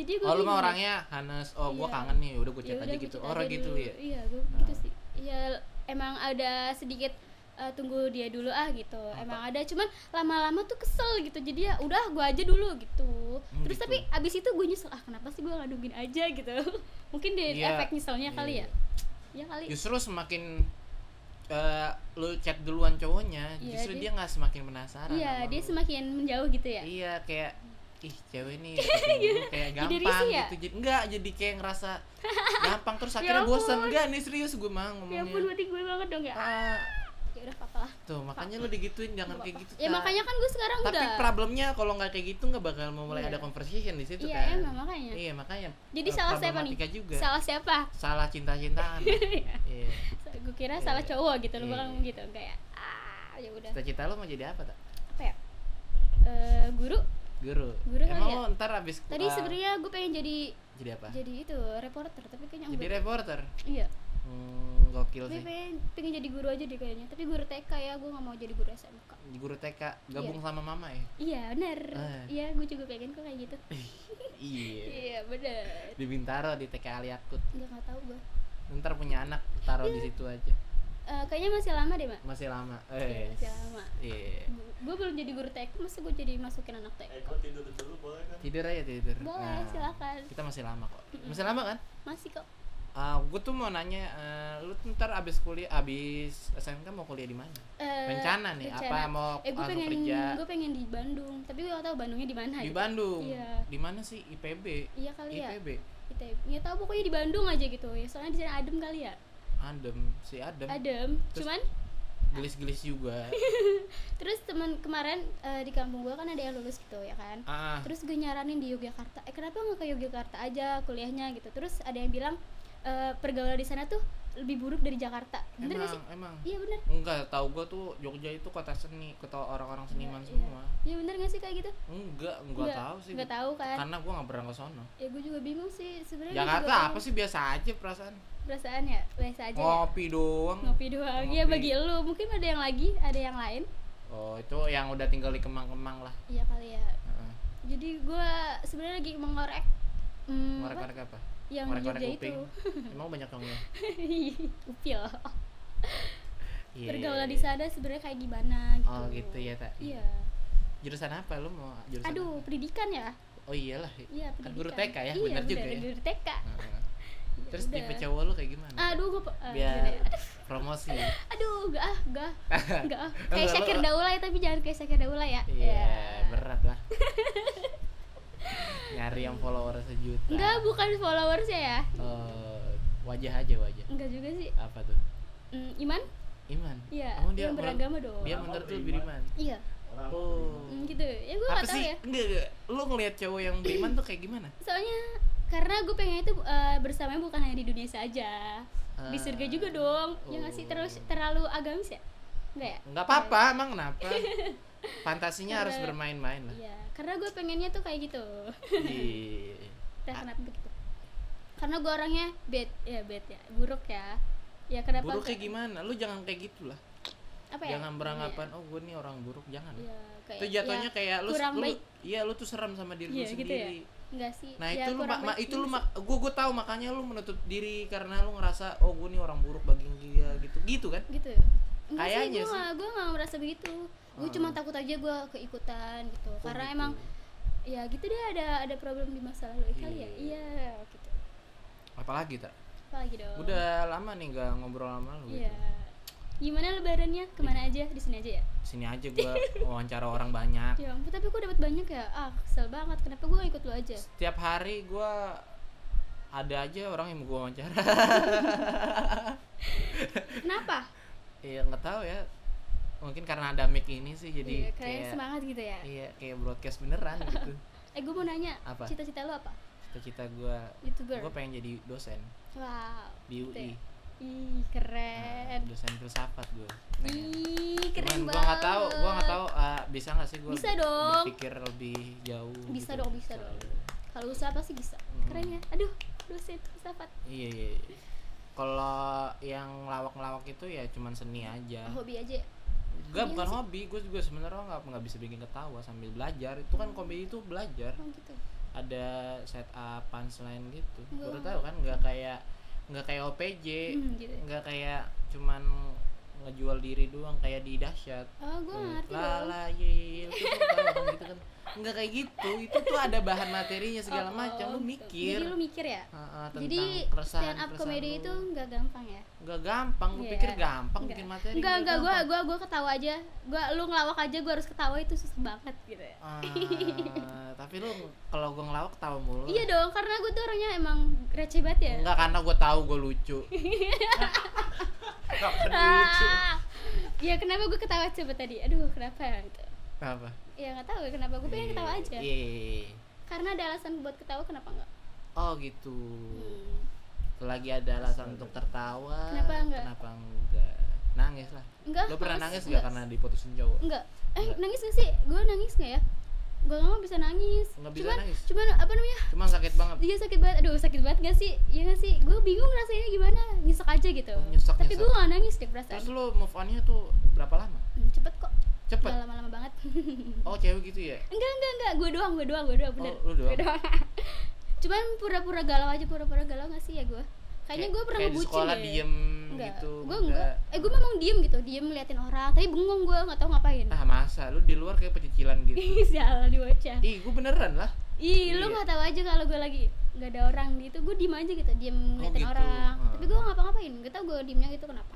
[SPEAKER 2] Jadi gue
[SPEAKER 1] Oh lu mah orangnya Hanes, oh gua
[SPEAKER 2] Iya.
[SPEAKER 1] kangen nih, udah gua chat
[SPEAKER 2] udah
[SPEAKER 1] aja
[SPEAKER 2] gua
[SPEAKER 1] gitu.
[SPEAKER 2] chat
[SPEAKER 1] Orang
[SPEAKER 2] aja
[SPEAKER 1] gitu
[SPEAKER 2] dulu.
[SPEAKER 1] ya.
[SPEAKER 2] iya gue
[SPEAKER 1] Nah.
[SPEAKER 2] gitu sih ya emang ada sedikit eh, tunggu dia dulu ah gitu emang ada cuman lama-lama tuh kesel gitu jadi ya udah gue aja dulu gitu
[SPEAKER 1] Hmm,
[SPEAKER 2] terus
[SPEAKER 1] gitu.
[SPEAKER 2] tapi abis itu gue nyesel ah kenapa sih gue ngadungin aja gitu mungkin dari
[SPEAKER 1] Iya.
[SPEAKER 2] efek nyeselnya kali ya
[SPEAKER 1] Iya.
[SPEAKER 2] ya kali
[SPEAKER 1] Justru semakin eh, lu chat duluan cowoknya,
[SPEAKER 2] Iya,
[SPEAKER 1] justru
[SPEAKER 2] dia-
[SPEAKER 1] dia nggak semakin penasaran.
[SPEAKER 2] iya
[SPEAKER 1] sama
[SPEAKER 2] dia
[SPEAKER 1] lu.
[SPEAKER 2] semakin menjauh gitu ya
[SPEAKER 1] Iya, kayak ih cewek nih deketin gua kayak
[SPEAKER 2] Jadi
[SPEAKER 1] gampang
[SPEAKER 2] risih ya?
[SPEAKER 1] gitu. Jadi enggak, jadi kayak ngerasa gampang terus akhirnya bosan.
[SPEAKER 2] ampun.
[SPEAKER 1] Enggak nih serius gue mah
[SPEAKER 2] ya ampun
[SPEAKER 1] ngomongnya.
[SPEAKER 2] berarti gue banget dong ya
[SPEAKER 1] Ah,
[SPEAKER 2] ya udah apa lah
[SPEAKER 1] tuh makanya lu digituin jangan kayak gitu.
[SPEAKER 2] ya
[SPEAKER 1] Ta.
[SPEAKER 2] makanya kan gue sekarang
[SPEAKER 1] Tapi
[SPEAKER 2] udah
[SPEAKER 1] problemnya kalau nggak kayak gitu nggak bakal mau mulai
[SPEAKER 2] Iya.
[SPEAKER 1] ada conversation di situ
[SPEAKER 2] Iya,
[SPEAKER 1] kan.
[SPEAKER 2] emang makanya.
[SPEAKER 1] Iya, makanya.
[SPEAKER 2] jadi
[SPEAKER 1] eh,
[SPEAKER 2] salah siapa nih
[SPEAKER 1] problematika juga.
[SPEAKER 2] salah siapa
[SPEAKER 1] salah cinta-cintaan. Iya.
[SPEAKER 2] gue kira
[SPEAKER 1] Iya.
[SPEAKER 2] salah cowok gitu lu
[SPEAKER 1] Iya.
[SPEAKER 2] bakal gitu kayak ah ya udah
[SPEAKER 1] Cita-cita lo mau jadi apa tak?
[SPEAKER 2] apa ya Eh, guru
[SPEAKER 1] Guru.
[SPEAKER 2] Guru
[SPEAKER 1] Emang
[SPEAKER 2] kali ya?
[SPEAKER 1] lo ntar abis uh,
[SPEAKER 2] tadi sebenarnya gue pengen jadi
[SPEAKER 1] jadi apa?
[SPEAKER 2] jadi itu reporter tapi kayaknya
[SPEAKER 1] Jadi
[SPEAKER 2] enggak
[SPEAKER 1] reporter.
[SPEAKER 2] iya
[SPEAKER 1] Hmm, gokil sih.
[SPEAKER 2] gue pengen pengen jadi guru aja deh kayaknya tapi guru TK ya gue nggak mau jadi guru SMK
[SPEAKER 1] Guru TK gabung sama mama ya.
[SPEAKER 2] iya benar
[SPEAKER 1] Eh.
[SPEAKER 2] iya gue juga pengen kok kayak gitu
[SPEAKER 1] Iya.
[SPEAKER 2] iya benar
[SPEAKER 1] Di Bintaro di TK Aliakut.
[SPEAKER 2] nggak nggak tahu gue
[SPEAKER 1] Ntar punya anak taruh
[SPEAKER 2] Iya.
[SPEAKER 1] di situ aja.
[SPEAKER 2] Eh, kayaknya masih lama deh mak
[SPEAKER 1] Masih lama.
[SPEAKER 2] Iya,
[SPEAKER 1] Eh.
[SPEAKER 2] masih lama
[SPEAKER 1] Iya.
[SPEAKER 2] gue belum jadi guru TK masa gue jadi masukin anak TK
[SPEAKER 3] Eko tidur dulu boleh kan?
[SPEAKER 1] Tidur aja tidur.
[SPEAKER 2] boleh
[SPEAKER 1] Nah,
[SPEAKER 2] silakan
[SPEAKER 1] Kita masih lama kok. Masih lama kan?
[SPEAKER 2] masih kok
[SPEAKER 1] Ah, gue tuh mau nanya, eh, lu tuh ntar abis kuliah, abis SMK mau kuliah di mana?
[SPEAKER 2] Eh,
[SPEAKER 1] Rencana nih, apa mau
[SPEAKER 2] eh, gue
[SPEAKER 1] langsung
[SPEAKER 2] pengen
[SPEAKER 1] kerja?
[SPEAKER 2] gue pengen di Bandung tapi gue gak tahu Bandungnya di mana
[SPEAKER 1] Di
[SPEAKER 2] gitu.
[SPEAKER 1] Bandung. E
[SPEAKER 2] Iya.
[SPEAKER 1] Di mana sih IPB?
[SPEAKER 2] iya kali ya
[SPEAKER 1] IPB.
[SPEAKER 2] kita nggak tahu pokoknya di Bandung aja gitu ya soalnya di sana adem kali ya
[SPEAKER 1] Adem, si Adem.
[SPEAKER 2] adem
[SPEAKER 1] Terus-
[SPEAKER 2] cuman
[SPEAKER 1] Gelis-gelis juga.
[SPEAKER 2] terus teman kemarin eh, di kampung gue kan ada yang lulus gitu ya kan
[SPEAKER 1] ah,
[SPEAKER 2] terus gue nyaranin di Yogyakarta eh kenapa nggak ke Yogyakarta aja kuliahnya gitu terus ada yang bilang eh, pergaulan di sana tuh lebih buruk dari Jakarta bener
[SPEAKER 1] emang,
[SPEAKER 2] gak sih
[SPEAKER 1] emang.
[SPEAKER 2] iya bener
[SPEAKER 1] Enggak, tahu gua tuh Jogja itu kota seni, kota orang-orang seniman
[SPEAKER 2] Iya,
[SPEAKER 1] semua.
[SPEAKER 2] iya bener gak sih kayak gitu
[SPEAKER 1] Enggak, enggak tahu sih.
[SPEAKER 2] nggak tahu kan
[SPEAKER 1] Karena gua nggak pernah ke sono.
[SPEAKER 2] ya gue juga bingung sih sebenarnya gua juga
[SPEAKER 1] Jakarta
[SPEAKER 2] pengen-
[SPEAKER 1] apa sih biasa aja perasaan.
[SPEAKER 2] perasaan ya biasa aja ya
[SPEAKER 1] Ngopi doang.
[SPEAKER 2] ngopi doang ya
[SPEAKER 1] Oh, Ngopi.
[SPEAKER 2] bagi lu mungkin ada yang lagi ada yang lain
[SPEAKER 1] Oh, itu yang udah tinggal di Kemang-Kemang lah.
[SPEAKER 2] iya kali ya
[SPEAKER 1] Heeh.
[SPEAKER 2] jadi gua sebenarnya lagi mengorek hmm, apa?
[SPEAKER 1] Ngorek-ngorek apa?
[SPEAKER 2] yang
[SPEAKER 1] Ngorek-ngorek
[SPEAKER 2] Jogja itu
[SPEAKER 1] kuping. Emang banyak dong ya.
[SPEAKER 2] upil
[SPEAKER 1] Iya.
[SPEAKER 2] pergaulan di sana sebenarnya kayak gimana gitu
[SPEAKER 1] Oh, gitu ya, tak.
[SPEAKER 2] iya
[SPEAKER 1] Jurusan apa lu mau jurusan?
[SPEAKER 2] aduh
[SPEAKER 1] apa?
[SPEAKER 2] pendidikan ya
[SPEAKER 1] Oh iyalah.
[SPEAKER 2] iya
[SPEAKER 1] Kan
[SPEAKER 2] pendidikan
[SPEAKER 1] guru TK ya,
[SPEAKER 2] iya,
[SPEAKER 1] bener juga ya.
[SPEAKER 2] guru TK
[SPEAKER 1] Heeh.
[SPEAKER 2] Ya
[SPEAKER 1] Terus
[SPEAKER 2] udah.
[SPEAKER 1] tipe cowok lu kayak gimana?
[SPEAKER 2] aduh gua pe- ah, gimana
[SPEAKER 1] Biar
[SPEAKER 2] ya?
[SPEAKER 1] promosi.
[SPEAKER 2] aduh gak ah gak gak ah.
[SPEAKER 1] Enggak,
[SPEAKER 2] kayak
[SPEAKER 1] lu-
[SPEAKER 2] Syakir Daula ya tapi jangan kayak Syakir Daula ya
[SPEAKER 1] Iya,
[SPEAKER 2] Ya.
[SPEAKER 1] berat lah. Nyari yang follower sejuta.
[SPEAKER 2] enggak bukan followersnya ya
[SPEAKER 1] Eh, wajah aja wajah.
[SPEAKER 2] enggak juga sih
[SPEAKER 1] Apa tuh?
[SPEAKER 2] Hmm, Iman
[SPEAKER 1] Iman.
[SPEAKER 2] iya
[SPEAKER 1] Emang Oh, dia
[SPEAKER 2] yang beragama dong
[SPEAKER 1] Dia
[SPEAKER 3] Orang
[SPEAKER 1] menurut
[SPEAKER 3] apa
[SPEAKER 1] lu
[SPEAKER 3] beriman?
[SPEAKER 1] beriman.
[SPEAKER 2] iya
[SPEAKER 1] Oh.
[SPEAKER 2] Hmm, gitu ya gua
[SPEAKER 1] Apa
[SPEAKER 2] gak tahu
[SPEAKER 1] sih?
[SPEAKER 2] ya
[SPEAKER 1] Enggak, enggak. Lu ngelihat cowok yang beriman tuh kayak gimana?
[SPEAKER 2] soalnya karena gue pengen itu eh, bersamanya bukan hanya di dunia saja
[SPEAKER 1] Eh,
[SPEAKER 2] di
[SPEAKER 1] Ah.
[SPEAKER 2] surga juga dong ya nggak sih terus terlalu agamis ya enggak ya
[SPEAKER 1] Enggak oh. apa-apa, emang kenapa? Fantasinya harus
[SPEAKER 2] Karena-
[SPEAKER 1] bermain-main lah.
[SPEAKER 2] iya karena gue pengennya tuh kayak gitu
[SPEAKER 1] Iya.
[SPEAKER 2] Entah kenapa begitu karena gue orangnya bad ya bad ya buruk ya ya kenapa
[SPEAKER 1] Buruk kayak gimana? Lu jangan kayak gitulah.
[SPEAKER 2] apa ya
[SPEAKER 1] Jangan beranggapan oh gue nih orang buruk, jangan.
[SPEAKER 2] ya, kayak,
[SPEAKER 1] Itu jatuhnya
[SPEAKER 2] ya,
[SPEAKER 1] kayak lu,
[SPEAKER 2] kurang
[SPEAKER 1] lu-
[SPEAKER 2] baik.
[SPEAKER 1] iya lu tuh seram sama diri
[SPEAKER 2] Iya,
[SPEAKER 1] lu
[SPEAKER 2] gitu ya.
[SPEAKER 1] sendiri.
[SPEAKER 2] enggak sih
[SPEAKER 1] Nah,
[SPEAKER 2] Ya,
[SPEAKER 1] itu lu
[SPEAKER 2] kurang
[SPEAKER 1] mak- ma-
[SPEAKER 2] baik
[SPEAKER 1] itu lu
[SPEAKER 2] juga
[SPEAKER 1] mak- gua gua tahu makanya lu menutup diri karena lu ngerasa oh gue nih orang buruk bagi dia gitu. Gitu kan?
[SPEAKER 2] sih. gitu enggak
[SPEAKER 1] Kayaknya
[SPEAKER 2] sih
[SPEAKER 1] sih.
[SPEAKER 2] gue nggak merasa begitu gue
[SPEAKER 1] Ah.
[SPEAKER 2] cuma takut aja gue keikutan gitu
[SPEAKER 1] Oh,
[SPEAKER 2] karena
[SPEAKER 1] gitu.
[SPEAKER 2] emang ya gitu deh ada ada problem di masa lalu kali
[SPEAKER 1] Iya.
[SPEAKER 2] ya iya gitu
[SPEAKER 1] apalagi tak?
[SPEAKER 2] apalagi dong
[SPEAKER 1] Udah lama nih gak ngobrol sama lu.
[SPEAKER 2] Iya.
[SPEAKER 1] gitu.
[SPEAKER 2] Gimana lebarannya? Kemana aja? Di sini aja ya?
[SPEAKER 1] Sini aja gua wawancara orang banyak.
[SPEAKER 2] Ya ampun, tapi gue dapat banyak ya. Ah, kesel banget. Kenapa gue ikut lo aja?
[SPEAKER 1] Setiap hari gua ada aja orang yang mau gua wawancara.
[SPEAKER 2] Kenapa?
[SPEAKER 1] Iya nggak tahu ya. Mungkin karena ada mic ini sih jadi
[SPEAKER 2] Iya, kalian
[SPEAKER 1] kayak
[SPEAKER 2] semangat gitu ya.
[SPEAKER 1] iya kayak broadcast beneran gitu.
[SPEAKER 2] Eh, gue mau nanya.
[SPEAKER 1] Apa?
[SPEAKER 2] Cita-cita lo apa?
[SPEAKER 1] Cita-cita gua
[SPEAKER 2] YouTuber.
[SPEAKER 1] gua pengen jadi dosen
[SPEAKER 2] Wow.
[SPEAKER 1] di
[SPEAKER 2] gitu ya.
[SPEAKER 1] UI.
[SPEAKER 2] Ih,
[SPEAKER 1] Nah,
[SPEAKER 2] keren.
[SPEAKER 1] dosen filsafat gua. Pengen.
[SPEAKER 2] Ih, keren
[SPEAKER 1] Cuman
[SPEAKER 2] banget.
[SPEAKER 1] gua nggak tahu, gua nggak tahu eh, bisa nggak sih gua
[SPEAKER 2] Bisa dong.
[SPEAKER 1] berpikir lebih jauh.
[SPEAKER 2] Bisa
[SPEAKER 1] gitu.
[SPEAKER 2] dong, bisa dong. Kalau usaha pasti bisa.
[SPEAKER 1] Hmm.
[SPEAKER 2] Keren ya. Aduh, dosen filsafat.
[SPEAKER 1] Iya, iya. iya. Kalau yang lawak-lawak itu ya cuman seni aja.
[SPEAKER 2] Hobi aja. ya?
[SPEAKER 1] Gak
[SPEAKER 2] Iya
[SPEAKER 1] bukan
[SPEAKER 2] sih.
[SPEAKER 1] hobi, gue juga sebenarnya nggak nggak bisa bikin ketawa sambil belajar. Itu kan komedi itu belajar.
[SPEAKER 2] Oh, gitu.
[SPEAKER 1] Ada setup punchline gitu.
[SPEAKER 2] Gua-
[SPEAKER 1] Baru tahu kan nggak kayak nggak kayak OPJ,
[SPEAKER 2] Iya. Hmm, gitu.
[SPEAKER 1] nggak kayak cuman ngejual diri doang kayak di dahsyat.
[SPEAKER 2] Oh, gue ngerti
[SPEAKER 1] La
[SPEAKER 2] dong.
[SPEAKER 1] la ye, ye, itu kan tahu kan gitu kan. Nggak kayak gitu. Itu tuh ada bahan materinya segala
[SPEAKER 2] Oh,
[SPEAKER 1] macam. Lu
[SPEAKER 2] gitu.
[SPEAKER 1] mikir.
[SPEAKER 2] Jadi lu mikir ya?
[SPEAKER 1] Ha-ha, tentang
[SPEAKER 2] Jadi stand up
[SPEAKER 1] keresahan-keresahan
[SPEAKER 2] comedy
[SPEAKER 1] lu.
[SPEAKER 2] itu nggak gampang ya?
[SPEAKER 1] nggak gampang. Lu
[SPEAKER 2] Iya.
[SPEAKER 1] pikir gampang
[SPEAKER 2] Nggak.
[SPEAKER 1] bikin materi?
[SPEAKER 2] Enggak, enggak, gua
[SPEAKER 1] gampang.
[SPEAKER 2] gua gua ketawa aja. Gua lu ngelawak aja gua harus ketawa itu susah banget gitu ya.
[SPEAKER 1] Ah, tapi lu kalau gue ngelawak tahu mulu.
[SPEAKER 2] Iya dong, karena gue tuh orangnya emang receh banget ya.
[SPEAKER 1] Enggak karena gue tahu gue lucu. Kapan dia lucu?
[SPEAKER 2] Ah. Ya kenapa gue ketawa coba tadi? Aduh, kenapa ya gitu.
[SPEAKER 1] Apa?
[SPEAKER 2] Ya nggak tahu ya kenapa gue pengen ketawa aja.
[SPEAKER 1] Iya, iya, iya.
[SPEAKER 2] Karena ada alasan buat ketawa kenapa enggak?
[SPEAKER 1] Oh gitu. Lagi ada alasan untuk tertawa.
[SPEAKER 2] Kenapa enggak?
[SPEAKER 1] Kenapa enggak? Nangis lah.
[SPEAKER 2] Enggak.
[SPEAKER 1] Lo pernah nangis nggak karena diputusin cowok?
[SPEAKER 2] Enggak. Eh,
[SPEAKER 1] Enggak.
[SPEAKER 2] nangis gak sih? Gue nangis gak ya? Gue nggak bisa nangis.
[SPEAKER 1] Nggak bisa
[SPEAKER 2] cuman,
[SPEAKER 1] nangis.
[SPEAKER 2] cuman apa namanya?
[SPEAKER 1] Cuma sakit banget.
[SPEAKER 2] Iya sakit banget, aduh sakit banget gak sih? Iya gak sih? Gue bingung rasanya gimana, nyesek aja gitu
[SPEAKER 1] Oh, nyesek,
[SPEAKER 2] Tapi gue
[SPEAKER 1] nyesek.
[SPEAKER 2] gak nangis deh perasaan
[SPEAKER 1] Terus lo move onnya tuh berapa lama?
[SPEAKER 2] Hmm, Cepet kok,
[SPEAKER 1] Cepet.
[SPEAKER 2] gak lama-lama banget
[SPEAKER 1] Oh cewek gitu ya?
[SPEAKER 2] Enggak, enggak, enggak, gue doang, gue doang, gue doang,
[SPEAKER 1] Oh,
[SPEAKER 2] bener
[SPEAKER 1] lu doang?
[SPEAKER 2] Gua Cuman pura-pura galau aja, pura-pura galau gak sih ya gue? Kayaknya gue pernah
[SPEAKER 1] kayak di
[SPEAKER 2] ngebucin
[SPEAKER 1] sekolah
[SPEAKER 2] deh.
[SPEAKER 1] diem
[SPEAKER 2] Enggak,
[SPEAKER 1] gitu.
[SPEAKER 2] gue enggak Eh gue memang diem gitu, diem ngeliatin orang Tapi bengong gue, gak tau ngapain
[SPEAKER 1] Ah masa lu di luar kayak pecicilan gitu.
[SPEAKER 2] Ih, sialan di bocah
[SPEAKER 1] Ih, gue beneran lah.
[SPEAKER 2] Ih, lu
[SPEAKER 1] Iya.
[SPEAKER 2] gak tahu aja kalau gue lagi nggak ada orang gitu, gue diem aja gitu, diem ngeliatin
[SPEAKER 1] gitu.
[SPEAKER 2] orang.
[SPEAKER 1] Ah.
[SPEAKER 2] Tapi gue ngapa-ngapain, gak tau gue diemnya gitu kenapa.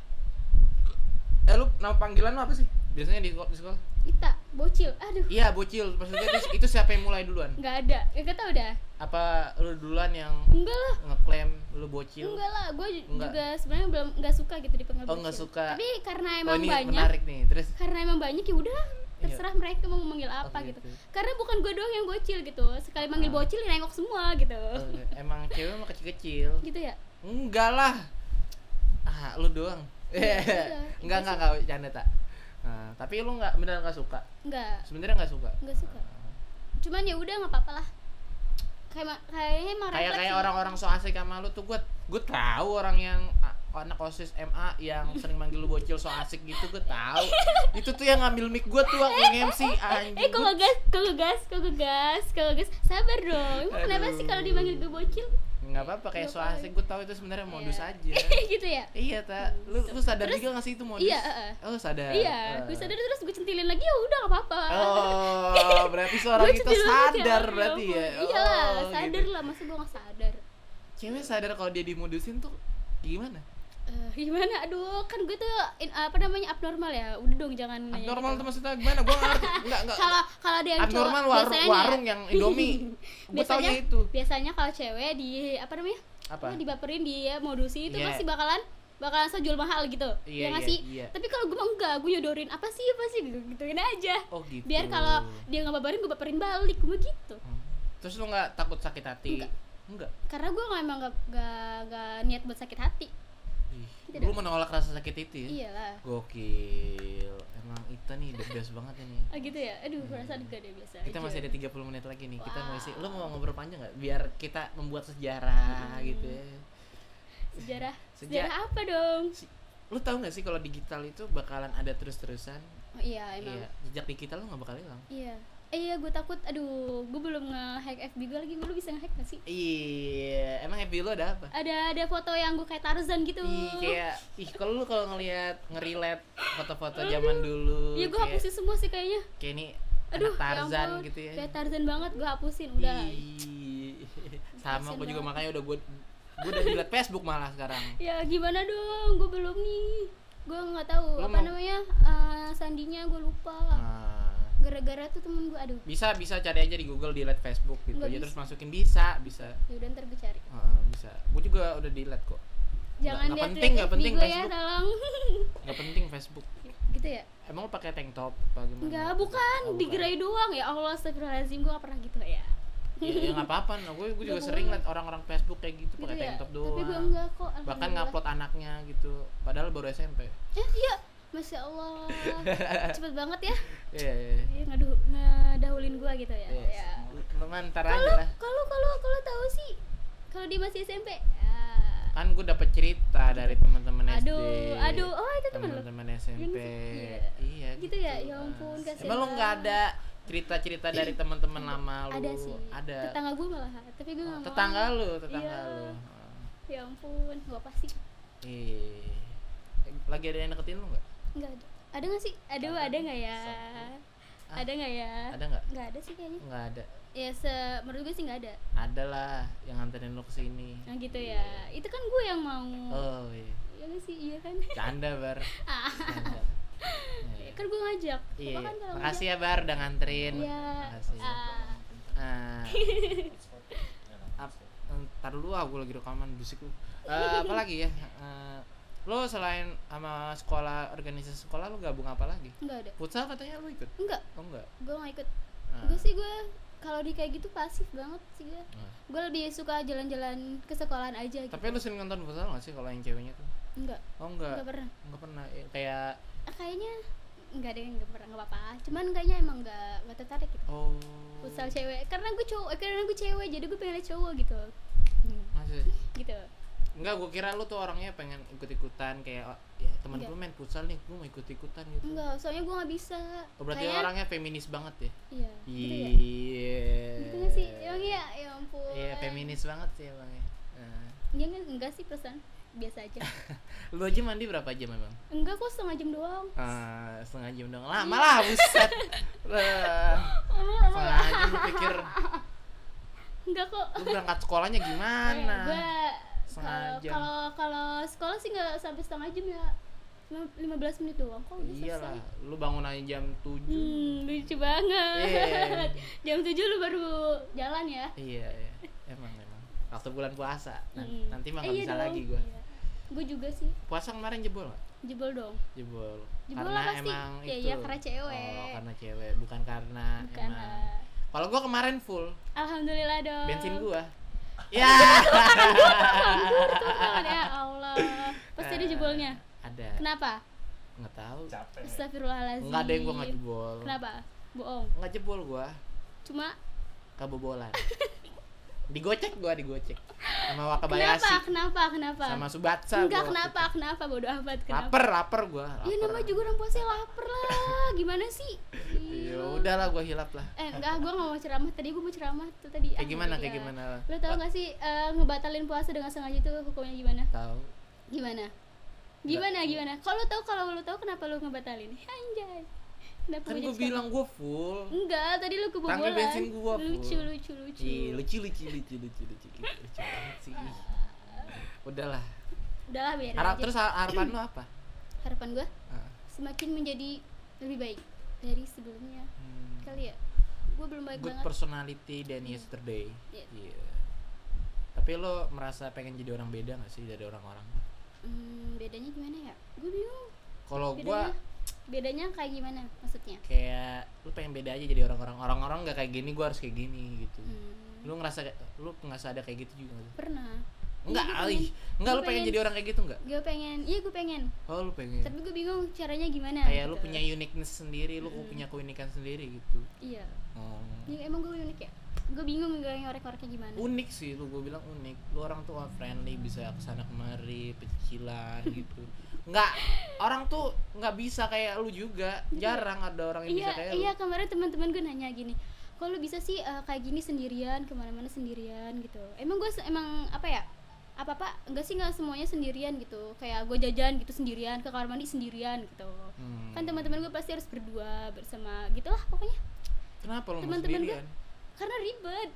[SPEAKER 1] Eh lu nama panggilan lu apa sih? Biasanya di, di sekolah?
[SPEAKER 2] Ita, bocil, aduh,
[SPEAKER 1] Iya, bocil. Maksudnya itu, itu siapa yang mulai duluan?
[SPEAKER 2] nggak ada, ya, gak tau dah.
[SPEAKER 1] Apa lu duluan yang
[SPEAKER 2] Enggak lah,
[SPEAKER 1] ngeklaim lu bocil?
[SPEAKER 2] enggak lah, gue ju-
[SPEAKER 1] Enggak.
[SPEAKER 2] juga sebenarnya belum nggak suka gitu dipanggil
[SPEAKER 1] Oh, nggak
[SPEAKER 2] bocil.
[SPEAKER 1] suka.
[SPEAKER 2] Tapi karena
[SPEAKER 1] oh,
[SPEAKER 2] emang
[SPEAKER 1] ini
[SPEAKER 2] banyak,
[SPEAKER 1] menarik nih. Terus
[SPEAKER 2] karena emang banyak ya udah terserah mereka mau manggil apa
[SPEAKER 1] Oh,
[SPEAKER 2] gitu.
[SPEAKER 1] gitu.
[SPEAKER 2] Karena bukan gue doang yang bocil gitu, sekali manggil
[SPEAKER 1] Ah.
[SPEAKER 2] bocil ya nengok semua gitu.
[SPEAKER 1] oh, emang cewek mah kecil-kecil.
[SPEAKER 2] Gitu ya.
[SPEAKER 1] Enggak lah. Ah, lu doang.
[SPEAKER 2] Iya, iya.
[SPEAKER 1] enggak, enggak, enggak bercanda tak. Nah, tapi lu enggak beneran enggak suka. Eh,
[SPEAKER 2] Enggak,
[SPEAKER 1] Sebenarnya enggak suka.
[SPEAKER 2] enggak suka. Cuman ya udah nggak apa-apa lah. kayak ma- kayaknya emang
[SPEAKER 1] kayak
[SPEAKER 2] refleks
[SPEAKER 1] kayak
[SPEAKER 2] sih.
[SPEAKER 1] orang-orang so asik sama lu tuh gue gue tahu orang yang a- anak osis MA yang sering manggil lu bocil so asik gitu gue tahu itu tuh yang ngambil mic gue tuh waktu MC anjing
[SPEAKER 2] Eh kok
[SPEAKER 1] Gua-
[SPEAKER 2] ngegas, kok ngegas, kok ngegas, kok ngegas Sabar dong, emang kenapa
[SPEAKER 1] Aduh.
[SPEAKER 2] sih kalau dipanggil gue bocil?
[SPEAKER 1] nggak apa-apa kayak so asik gue tahu itu sebenarnya modus
[SPEAKER 2] Iya.
[SPEAKER 1] aja
[SPEAKER 2] gitu ya?
[SPEAKER 1] iya ta lu lu sadar juga nggak sih itu modus
[SPEAKER 2] Iya, eh, eh.
[SPEAKER 1] oh lu sadar
[SPEAKER 2] Iya, gue sadar terus gue centilin lagi ya udah gak apa-apa
[SPEAKER 1] oh berarti seorang
[SPEAKER 2] Gua
[SPEAKER 1] itu
[SPEAKER 2] centilin lagi,
[SPEAKER 1] sadar
[SPEAKER 2] ya
[SPEAKER 1] berarti ya
[SPEAKER 2] ampun. Iyalah,
[SPEAKER 1] Oh,
[SPEAKER 2] sadar
[SPEAKER 1] gitu.
[SPEAKER 2] lah, masa gue gak sadar
[SPEAKER 1] cewek sadar kalau dia dimodusin tuh gimana
[SPEAKER 2] Eh, Gimana, aduh, kan gue tuh in- apa namanya abnormal ya Udah dong jangan nanya
[SPEAKER 1] abnormal
[SPEAKER 2] gitu.
[SPEAKER 1] tuh maksudnya gimana gue ngerti nggak nggak
[SPEAKER 2] kalau kalau ada yang cowok
[SPEAKER 1] abnormal warung
[SPEAKER 2] biasanya nih ya,
[SPEAKER 1] warung yang Indomie gue
[SPEAKER 2] biasanya
[SPEAKER 1] taunya itu
[SPEAKER 2] biasanya kalau cewek di apa namanya
[SPEAKER 1] apa
[SPEAKER 2] Lu Iya, dibaperin ya, dia modusin itu
[SPEAKER 1] Iya.
[SPEAKER 2] pasti bakalan bakalan saya jual mahal gitu
[SPEAKER 1] Iya,
[SPEAKER 2] ya nggak
[SPEAKER 1] iya,
[SPEAKER 2] sih
[SPEAKER 1] iya.
[SPEAKER 2] tapi kalau gue mah enggak gue nyodorin apa sih apa sih gitu gituin aja
[SPEAKER 1] oh gitu
[SPEAKER 2] biar kalau dia nggak baperin gue baperin balik gue mah gitu
[SPEAKER 1] Hmm. terus lu nggak takut sakit hati
[SPEAKER 2] Nggak.
[SPEAKER 1] enggak
[SPEAKER 2] karena gue nggak- emang nggak nggak nggak niat buat sakit hati Tidak.
[SPEAKER 1] lu
[SPEAKER 2] Iya.
[SPEAKER 1] menolak rasa sakit itu ya
[SPEAKER 2] iyalah
[SPEAKER 1] gokil emang itu nih the best banget ini
[SPEAKER 2] ah gitu ya aduh perasaan gue deh biasa
[SPEAKER 1] Hmm. kita
[SPEAKER 2] aja.
[SPEAKER 1] masih ada 30 menit lagi nih kita
[SPEAKER 2] Wow.
[SPEAKER 1] mau isi lu mau ngobrol panjang nggak biar kita membuat
[SPEAKER 2] Hmm.
[SPEAKER 1] sejarah gitu ya
[SPEAKER 2] sejarah
[SPEAKER 1] Sejak-
[SPEAKER 2] sejarah apa dong
[SPEAKER 1] Si- lu tahu nggak sih kalau digital itu bakalan ada terus terusan
[SPEAKER 2] oh, iya emang
[SPEAKER 1] iya jejak digital lu nggak bakal hilang
[SPEAKER 2] iya Eh, iya gue takut aduh gue belum nge-hack FB gue lagi gue bisa nge-hack gak sih
[SPEAKER 1] iya emang happy lu ada apa
[SPEAKER 2] ada ada foto yang gue kayak Tarzan gitu
[SPEAKER 1] Ih, kayak ih kalau lu kalau ngelihat ngerilet foto-foto zaman dulu
[SPEAKER 2] Iya gue
[SPEAKER 1] kayak,
[SPEAKER 2] hapusin semua sih kayaknya
[SPEAKER 1] kayak ini
[SPEAKER 2] Aduh,
[SPEAKER 1] anak Tarzan
[SPEAKER 2] ampun.
[SPEAKER 1] gitu ya
[SPEAKER 2] Kayak Tarzan banget gue hapusin udah.
[SPEAKER 1] Ih, sama
[SPEAKER 2] Kasian
[SPEAKER 1] gue juga
[SPEAKER 2] banget.
[SPEAKER 1] makanya udah gue gue udah ngeliat Facebook malah sekarang
[SPEAKER 2] Ya gimana dong? Gue belum nih. Gue nggak tahu
[SPEAKER 1] Lo mau-
[SPEAKER 2] apa namanya eh, sandinya gue lupa.
[SPEAKER 1] Nah,
[SPEAKER 2] Gara-gara tuh temen gue aduh.
[SPEAKER 1] bisa bisa cari aja di Google delete Facebook gitu
[SPEAKER 2] Nggak
[SPEAKER 1] ya
[SPEAKER 2] bisa.
[SPEAKER 1] terus masukin bisa bisa
[SPEAKER 2] Ya udah ntar gue cari.
[SPEAKER 1] Heeh, bisa gue juga udah delete kok
[SPEAKER 2] Jangan
[SPEAKER 1] nggak
[SPEAKER 2] lihat
[SPEAKER 1] penting, nggak penting
[SPEAKER 2] gue ya
[SPEAKER 1] Facebook.
[SPEAKER 2] tolong.
[SPEAKER 1] nggak penting Facebook
[SPEAKER 2] gitu ya?
[SPEAKER 1] emang lu pakai tank top apa gimana
[SPEAKER 2] Enggak, bukan.
[SPEAKER 1] Oh, bukan.
[SPEAKER 2] Digerai doang ya Allah astagfirullahaladzim gue gak pernah gitu ya.
[SPEAKER 1] ya, ya nggak apa-apa nah, gue gue juga
[SPEAKER 2] Nggak
[SPEAKER 1] sering
[SPEAKER 2] boleh.
[SPEAKER 1] liat orang-orang Facebook kayak gitu,
[SPEAKER 2] Gitu
[SPEAKER 1] pakai
[SPEAKER 2] ya.
[SPEAKER 1] tank top doang
[SPEAKER 2] Tapi gue enggak kok.
[SPEAKER 1] bahkan
[SPEAKER 2] alhamdulillah.
[SPEAKER 1] ngupload anaknya gitu padahal baru SMP
[SPEAKER 2] Eh iya. Masya Allah. Cepet banget ya.
[SPEAKER 1] iya iya iya.
[SPEAKER 2] Iya, ngedu- ngedahulin gue gitu ya.
[SPEAKER 1] Iya.
[SPEAKER 2] Ya.
[SPEAKER 1] Lu- lu ntar aja
[SPEAKER 2] kalau
[SPEAKER 1] lah
[SPEAKER 2] kalau kalau kalau tahu sih kalau dia masih SMP ya.
[SPEAKER 1] kan gue dapet cerita dari teman-teman SD
[SPEAKER 2] aduh aduh oh itu teman lo
[SPEAKER 1] teman-teman SMP
[SPEAKER 2] Iya.
[SPEAKER 1] iya
[SPEAKER 2] Gitu ya? Ya ampun,
[SPEAKER 1] Mas.
[SPEAKER 2] kasihan
[SPEAKER 1] emang lu nggak
[SPEAKER 2] banget.
[SPEAKER 1] ada cerita-cerita dari teman-teman lama lu
[SPEAKER 2] ada sih
[SPEAKER 1] ada
[SPEAKER 2] tetangga gue malah tapi gue nggak
[SPEAKER 1] Oh,
[SPEAKER 2] mau.
[SPEAKER 1] tetangga lu tetangga
[SPEAKER 2] Iya.
[SPEAKER 1] lu Oh,
[SPEAKER 2] ya ampun gue pasti
[SPEAKER 1] Ih. iya. lagi ada yang deketin lu nggak
[SPEAKER 2] nggak ada ada nggak sih ada
[SPEAKER 1] Ada.
[SPEAKER 2] ada nggak ya
[SPEAKER 1] Ah.
[SPEAKER 2] ada nggak ya
[SPEAKER 1] ada nggak
[SPEAKER 2] nggak ada sih kayaknya
[SPEAKER 1] nggak ada
[SPEAKER 2] ya se menurut gue sih nggak ada
[SPEAKER 1] ada lah yang nganterin lu kesini
[SPEAKER 2] nah gitu ya itu kan gue yang mau
[SPEAKER 1] Iya. oh iya
[SPEAKER 2] ya nggak sih iya kan
[SPEAKER 1] canda bar
[SPEAKER 2] Ah.
[SPEAKER 1] Canda. Iya.
[SPEAKER 2] kan gue ngajak Papa
[SPEAKER 1] Iya,
[SPEAKER 2] kan kalau
[SPEAKER 1] makasih ya Bar udah nganterin.
[SPEAKER 2] ngajak- iya
[SPEAKER 1] Makasih.
[SPEAKER 2] ah.
[SPEAKER 1] Ah. Ap- ntar dulu ah gue lagi rekaman bisik lu. Eh, apa lagi ya? Eh, lo selain sama sekolah organisasi sekolah lo gabung apa lagi?
[SPEAKER 2] nggak ada
[SPEAKER 1] Futsal katanya lo ikut?
[SPEAKER 2] nggak
[SPEAKER 1] Oh enggak.
[SPEAKER 2] gue nggak ikut
[SPEAKER 1] Ah.
[SPEAKER 2] gue sih gue kalau di kayak gitu pasif banget sih gue
[SPEAKER 1] Ah.
[SPEAKER 2] gue lebih suka jalan-jalan ke sekolahan aja gitu
[SPEAKER 1] Tapi lo sering nonton futsal nggak sih kalau yang ceweknya tuh?
[SPEAKER 2] enggak
[SPEAKER 1] Oh enggak.
[SPEAKER 2] enggak pernah
[SPEAKER 1] Enggak pernah. Eh, kayak
[SPEAKER 2] Ah, kayaknya enggak deh enggak pernah enggak apa-apa cuman kayaknya emang enggak enggak tertarik gitu
[SPEAKER 1] oh.
[SPEAKER 2] futsal cewek karena gue cowok eh, karena gue cewek jadi gue pengen liat cowok gitu Hmm,
[SPEAKER 1] Masih.
[SPEAKER 2] gitu
[SPEAKER 1] Enggak, gue kira lu tuh orangnya pengen ikut-ikutan kayak oh, ya temen
[SPEAKER 2] Enggak.
[SPEAKER 1] gue main futsal nih, gue mau ikut-ikutan gitu.
[SPEAKER 2] enggak soalnya gue nggak bisa
[SPEAKER 1] Oh, berarti
[SPEAKER 2] Kayak-
[SPEAKER 1] orangnya feminis banget ya?
[SPEAKER 2] iya gitu
[SPEAKER 1] Iya.
[SPEAKER 2] ya gitu nggak sih emang iya ya ampun
[SPEAKER 1] Iya, feminis banget sih emangnya. Nah.
[SPEAKER 2] Iya kan enggak sih perasaan biasa aja
[SPEAKER 1] Lu aja mandi berapa jam emang?
[SPEAKER 2] enggak kok setengah jam doang
[SPEAKER 1] Ah, setengah jam dong. Lama lah, buset. Lah, setengah jam lu pikir
[SPEAKER 2] enggak kok
[SPEAKER 1] lu berangkat sekolahnya gimana? Setengah
[SPEAKER 2] Gue
[SPEAKER 1] jam.
[SPEAKER 2] kalau kalau sekolah sih nggak sampai setengah jam ya Lima- 15 menit doang kok udah
[SPEAKER 1] Iyalah,
[SPEAKER 2] selesai.
[SPEAKER 1] Iya lu bangun aja jam 7.
[SPEAKER 2] Hmm, lucu banget.
[SPEAKER 1] Iya.
[SPEAKER 2] Jam 7 lu baru jalan ya.
[SPEAKER 1] Iya, iya. Emang emang. Waktu bulan puasa. Nan-
[SPEAKER 2] Mm.
[SPEAKER 1] Nah, Nanti mah
[SPEAKER 2] Eh,
[SPEAKER 1] nggak
[SPEAKER 2] iya
[SPEAKER 1] bisa
[SPEAKER 2] dong.
[SPEAKER 1] lagi gua.
[SPEAKER 2] Iya. Gua juga sih
[SPEAKER 1] Puasa kemarin jebol nggak?
[SPEAKER 2] jebol dong.
[SPEAKER 1] Jebol.
[SPEAKER 2] Jebol
[SPEAKER 1] karena
[SPEAKER 2] lah pasti.
[SPEAKER 1] emang
[SPEAKER 2] Ya,
[SPEAKER 1] itu.
[SPEAKER 2] iya, karena cewek.
[SPEAKER 1] Oh, karena cewek, bukan karena
[SPEAKER 2] Bukan
[SPEAKER 1] Nah,
[SPEAKER 2] ah.
[SPEAKER 1] emang.
[SPEAKER 2] lah.
[SPEAKER 1] Kalau gua kemarin full
[SPEAKER 2] Alhamdulillah dong.
[SPEAKER 1] bensin gua. Ya.
[SPEAKER 2] Tuh kan, ya Allah. Pasti ada
[SPEAKER 1] Eh,
[SPEAKER 2] jebolnya.
[SPEAKER 1] Ada.
[SPEAKER 2] Kenapa?
[SPEAKER 1] Nggak tahu.
[SPEAKER 2] Astagfirullahalazim.
[SPEAKER 1] Nggak ada yang gua nggak jebol.
[SPEAKER 2] Kenapa? Bohong.
[SPEAKER 1] Nggak jebol gua
[SPEAKER 2] Cuma
[SPEAKER 1] kebobolan. digocek gua digocek sama Wakabayashi
[SPEAKER 2] Kenapa? Kenapa? Kenapa?
[SPEAKER 1] sama Subatsa
[SPEAKER 2] Enggak
[SPEAKER 1] gua waktu
[SPEAKER 2] kenapa? Kenapa bodoh amat
[SPEAKER 1] itu.
[SPEAKER 2] kenapa?
[SPEAKER 1] lapar lapar gua
[SPEAKER 2] Ya
[SPEAKER 1] lapar.
[SPEAKER 2] namanya juga orang puasa lapar lah. Gimana sih?
[SPEAKER 1] ya udahlah gua hilap lah
[SPEAKER 2] Eh enggak, gue gak mau ceramah tadi, gue mau ceramah tuh tadi
[SPEAKER 1] kayak
[SPEAKER 2] Ah,
[SPEAKER 1] gimana
[SPEAKER 2] iya.
[SPEAKER 1] kayak gimana
[SPEAKER 2] Lo tau gak sih eh, ngebatalin puasa dengan sengaja itu hukumnya gimana?
[SPEAKER 1] tahu
[SPEAKER 2] Gimana? Gimana gimana? Kalau lo tau kalau lo tau kenapa lo ngebatalin? Anjay. Kenapa
[SPEAKER 1] kan
[SPEAKER 2] gua
[SPEAKER 1] gua
[SPEAKER 2] jadi
[SPEAKER 1] bilang gua full
[SPEAKER 2] sekarang? enggak, tadi lu kebobolan.
[SPEAKER 1] Tangki bensin gua, Bu.
[SPEAKER 2] Lucu lucu lucu.
[SPEAKER 1] Ih, lucu lucu lucu lucu lucu lucu lucu banget sih udahlah
[SPEAKER 2] Udahlah biarin
[SPEAKER 1] Harap,
[SPEAKER 2] aja.
[SPEAKER 1] terus har- harapan lu apa
[SPEAKER 2] Harapan gue
[SPEAKER 1] Ah,
[SPEAKER 2] semakin menjadi lebih baik dari sebelumnya.
[SPEAKER 1] hmm,
[SPEAKER 2] Kali ya. Gue belum baik
[SPEAKER 1] good
[SPEAKER 2] banget.
[SPEAKER 1] personality than yesterday
[SPEAKER 2] Iya.
[SPEAKER 1] Iya. tapi lo merasa pengen jadi orang beda gak sih dari orang-orang
[SPEAKER 2] Hmm, bedanya gimana ya? Gue bingung.
[SPEAKER 1] kalau
[SPEAKER 2] Bedanya
[SPEAKER 1] gua
[SPEAKER 2] bedanya kayak gimana maksudnya?
[SPEAKER 1] kayak lu pengen beda aja jadi orang-orang orang-orang nggak kayak gini gua harus kayak gini gitu
[SPEAKER 2] Hmm,
[SPEAKER 1] lu ngerasa kayak- lu nggak ada kayak gitu juga nggak sih?
[SPEAKER 2] pernah.
[SPEAKER 1] enggak
[SPEAKER 2] Iya, gua
[SPEAKER 1] alih enggak lu
[SPEAKER 2] gua
[SPEAKER 1] pengen
[SPEAKER 2] pengen-
[SPEAKER 1] jadi orang kayak gitu enggak
[SPEAKER 2] Gue pengen, iya gue pengen.
[SPEAKER 1] oh lu pengen
[SPEAKER 2] Tapi gue bingung caranya gimana.
[SPEAKER 1] kayak lu
[SPEAKER 2] gitu. Hmm.
[SPEAKER 1] punya uniqueness sendiri lu
[SPEAKER 2] Mm-mm.
[SPEAKER 1] punya keunikan sendiri gitu
[SPEAKER 2] Iya.
[SPEAKER 1] Hmm.
[SPEAKER 2] Ya, emang gue unik ya? Gue bingung gue ngorek-ngoreknya gimana.
[SPEAKER 1] unik sih lu gue bilang unik lu orang tuh friendly bisa kesana kemari pecicilan gitu nggak orang tuh nggak bisa kayak lu juga jarang ada orang yang
[SPEAKER 2] iya,
[SPEAKER 1] bisa kayak
[SPEAKER 2] iya
[SPEAKER 1] lu
[SPEAKER 2] kemarin teman-teman gue nanya gini. Kok lu bisa sih eh, kayak gini sendirian, kemana-mana sendirian gitu. Emang gue se- emang apa ya? Apa apa? Enggak sih nggak semuanya sendirian gitu. Kayak gue jajan gitu sendirian, ke kamar mandi sendirian gitu.
[SPEAKER 1] Hmm.
[SPEAKER 2] Kan teman-teman gue pasti harus berdua bersama gitulah pokoknya.
[SPEAKER 1] kenapa lu mau
[SPEAKER 2] teman-teman gua-
[SPEAKER 1] sendirian
[SPEAKER 2] karena ribet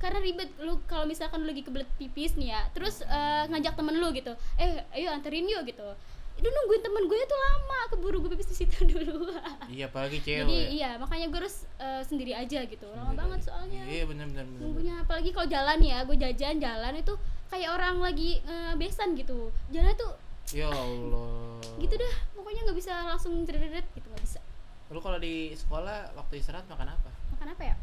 [SPEAKER 2] karena ribet lu kalau misalkan lu lagi kebelet pipis nih ya terus eh, ngajak temen lu gitu eh ayo anterin yuk gitu itu nungguin temen gue tuh lama keburu gue pipis di situ dulu
[SPEAKER 1] iya apalagi cewek
[SPEAKER 2] jadi iya makanya gue harus eh, sendiri aja gitu lama
[SPEAKER 1] Sendiri
[SPEAKER 2] banget
[SPEAKER 1] aja.
[SPEAKER 2] soalnya
[SPEAKER 1] iya benar benar benar
[SPEAKER 2] nunggunya apalagi kalau jalan ya gue jajan jalan itu kayak orang lagi eh, besan gitu jalan tuh
[SPEAKER 1] ya allah
[SPEAKER 2] gitu dah pokoknya nggak bisa langsung deret gitu nggak bisa
[SPEAKER 1] lu kalau di sekolah waktu istirahat makan apa
[SPEAKER 2] makan apa ya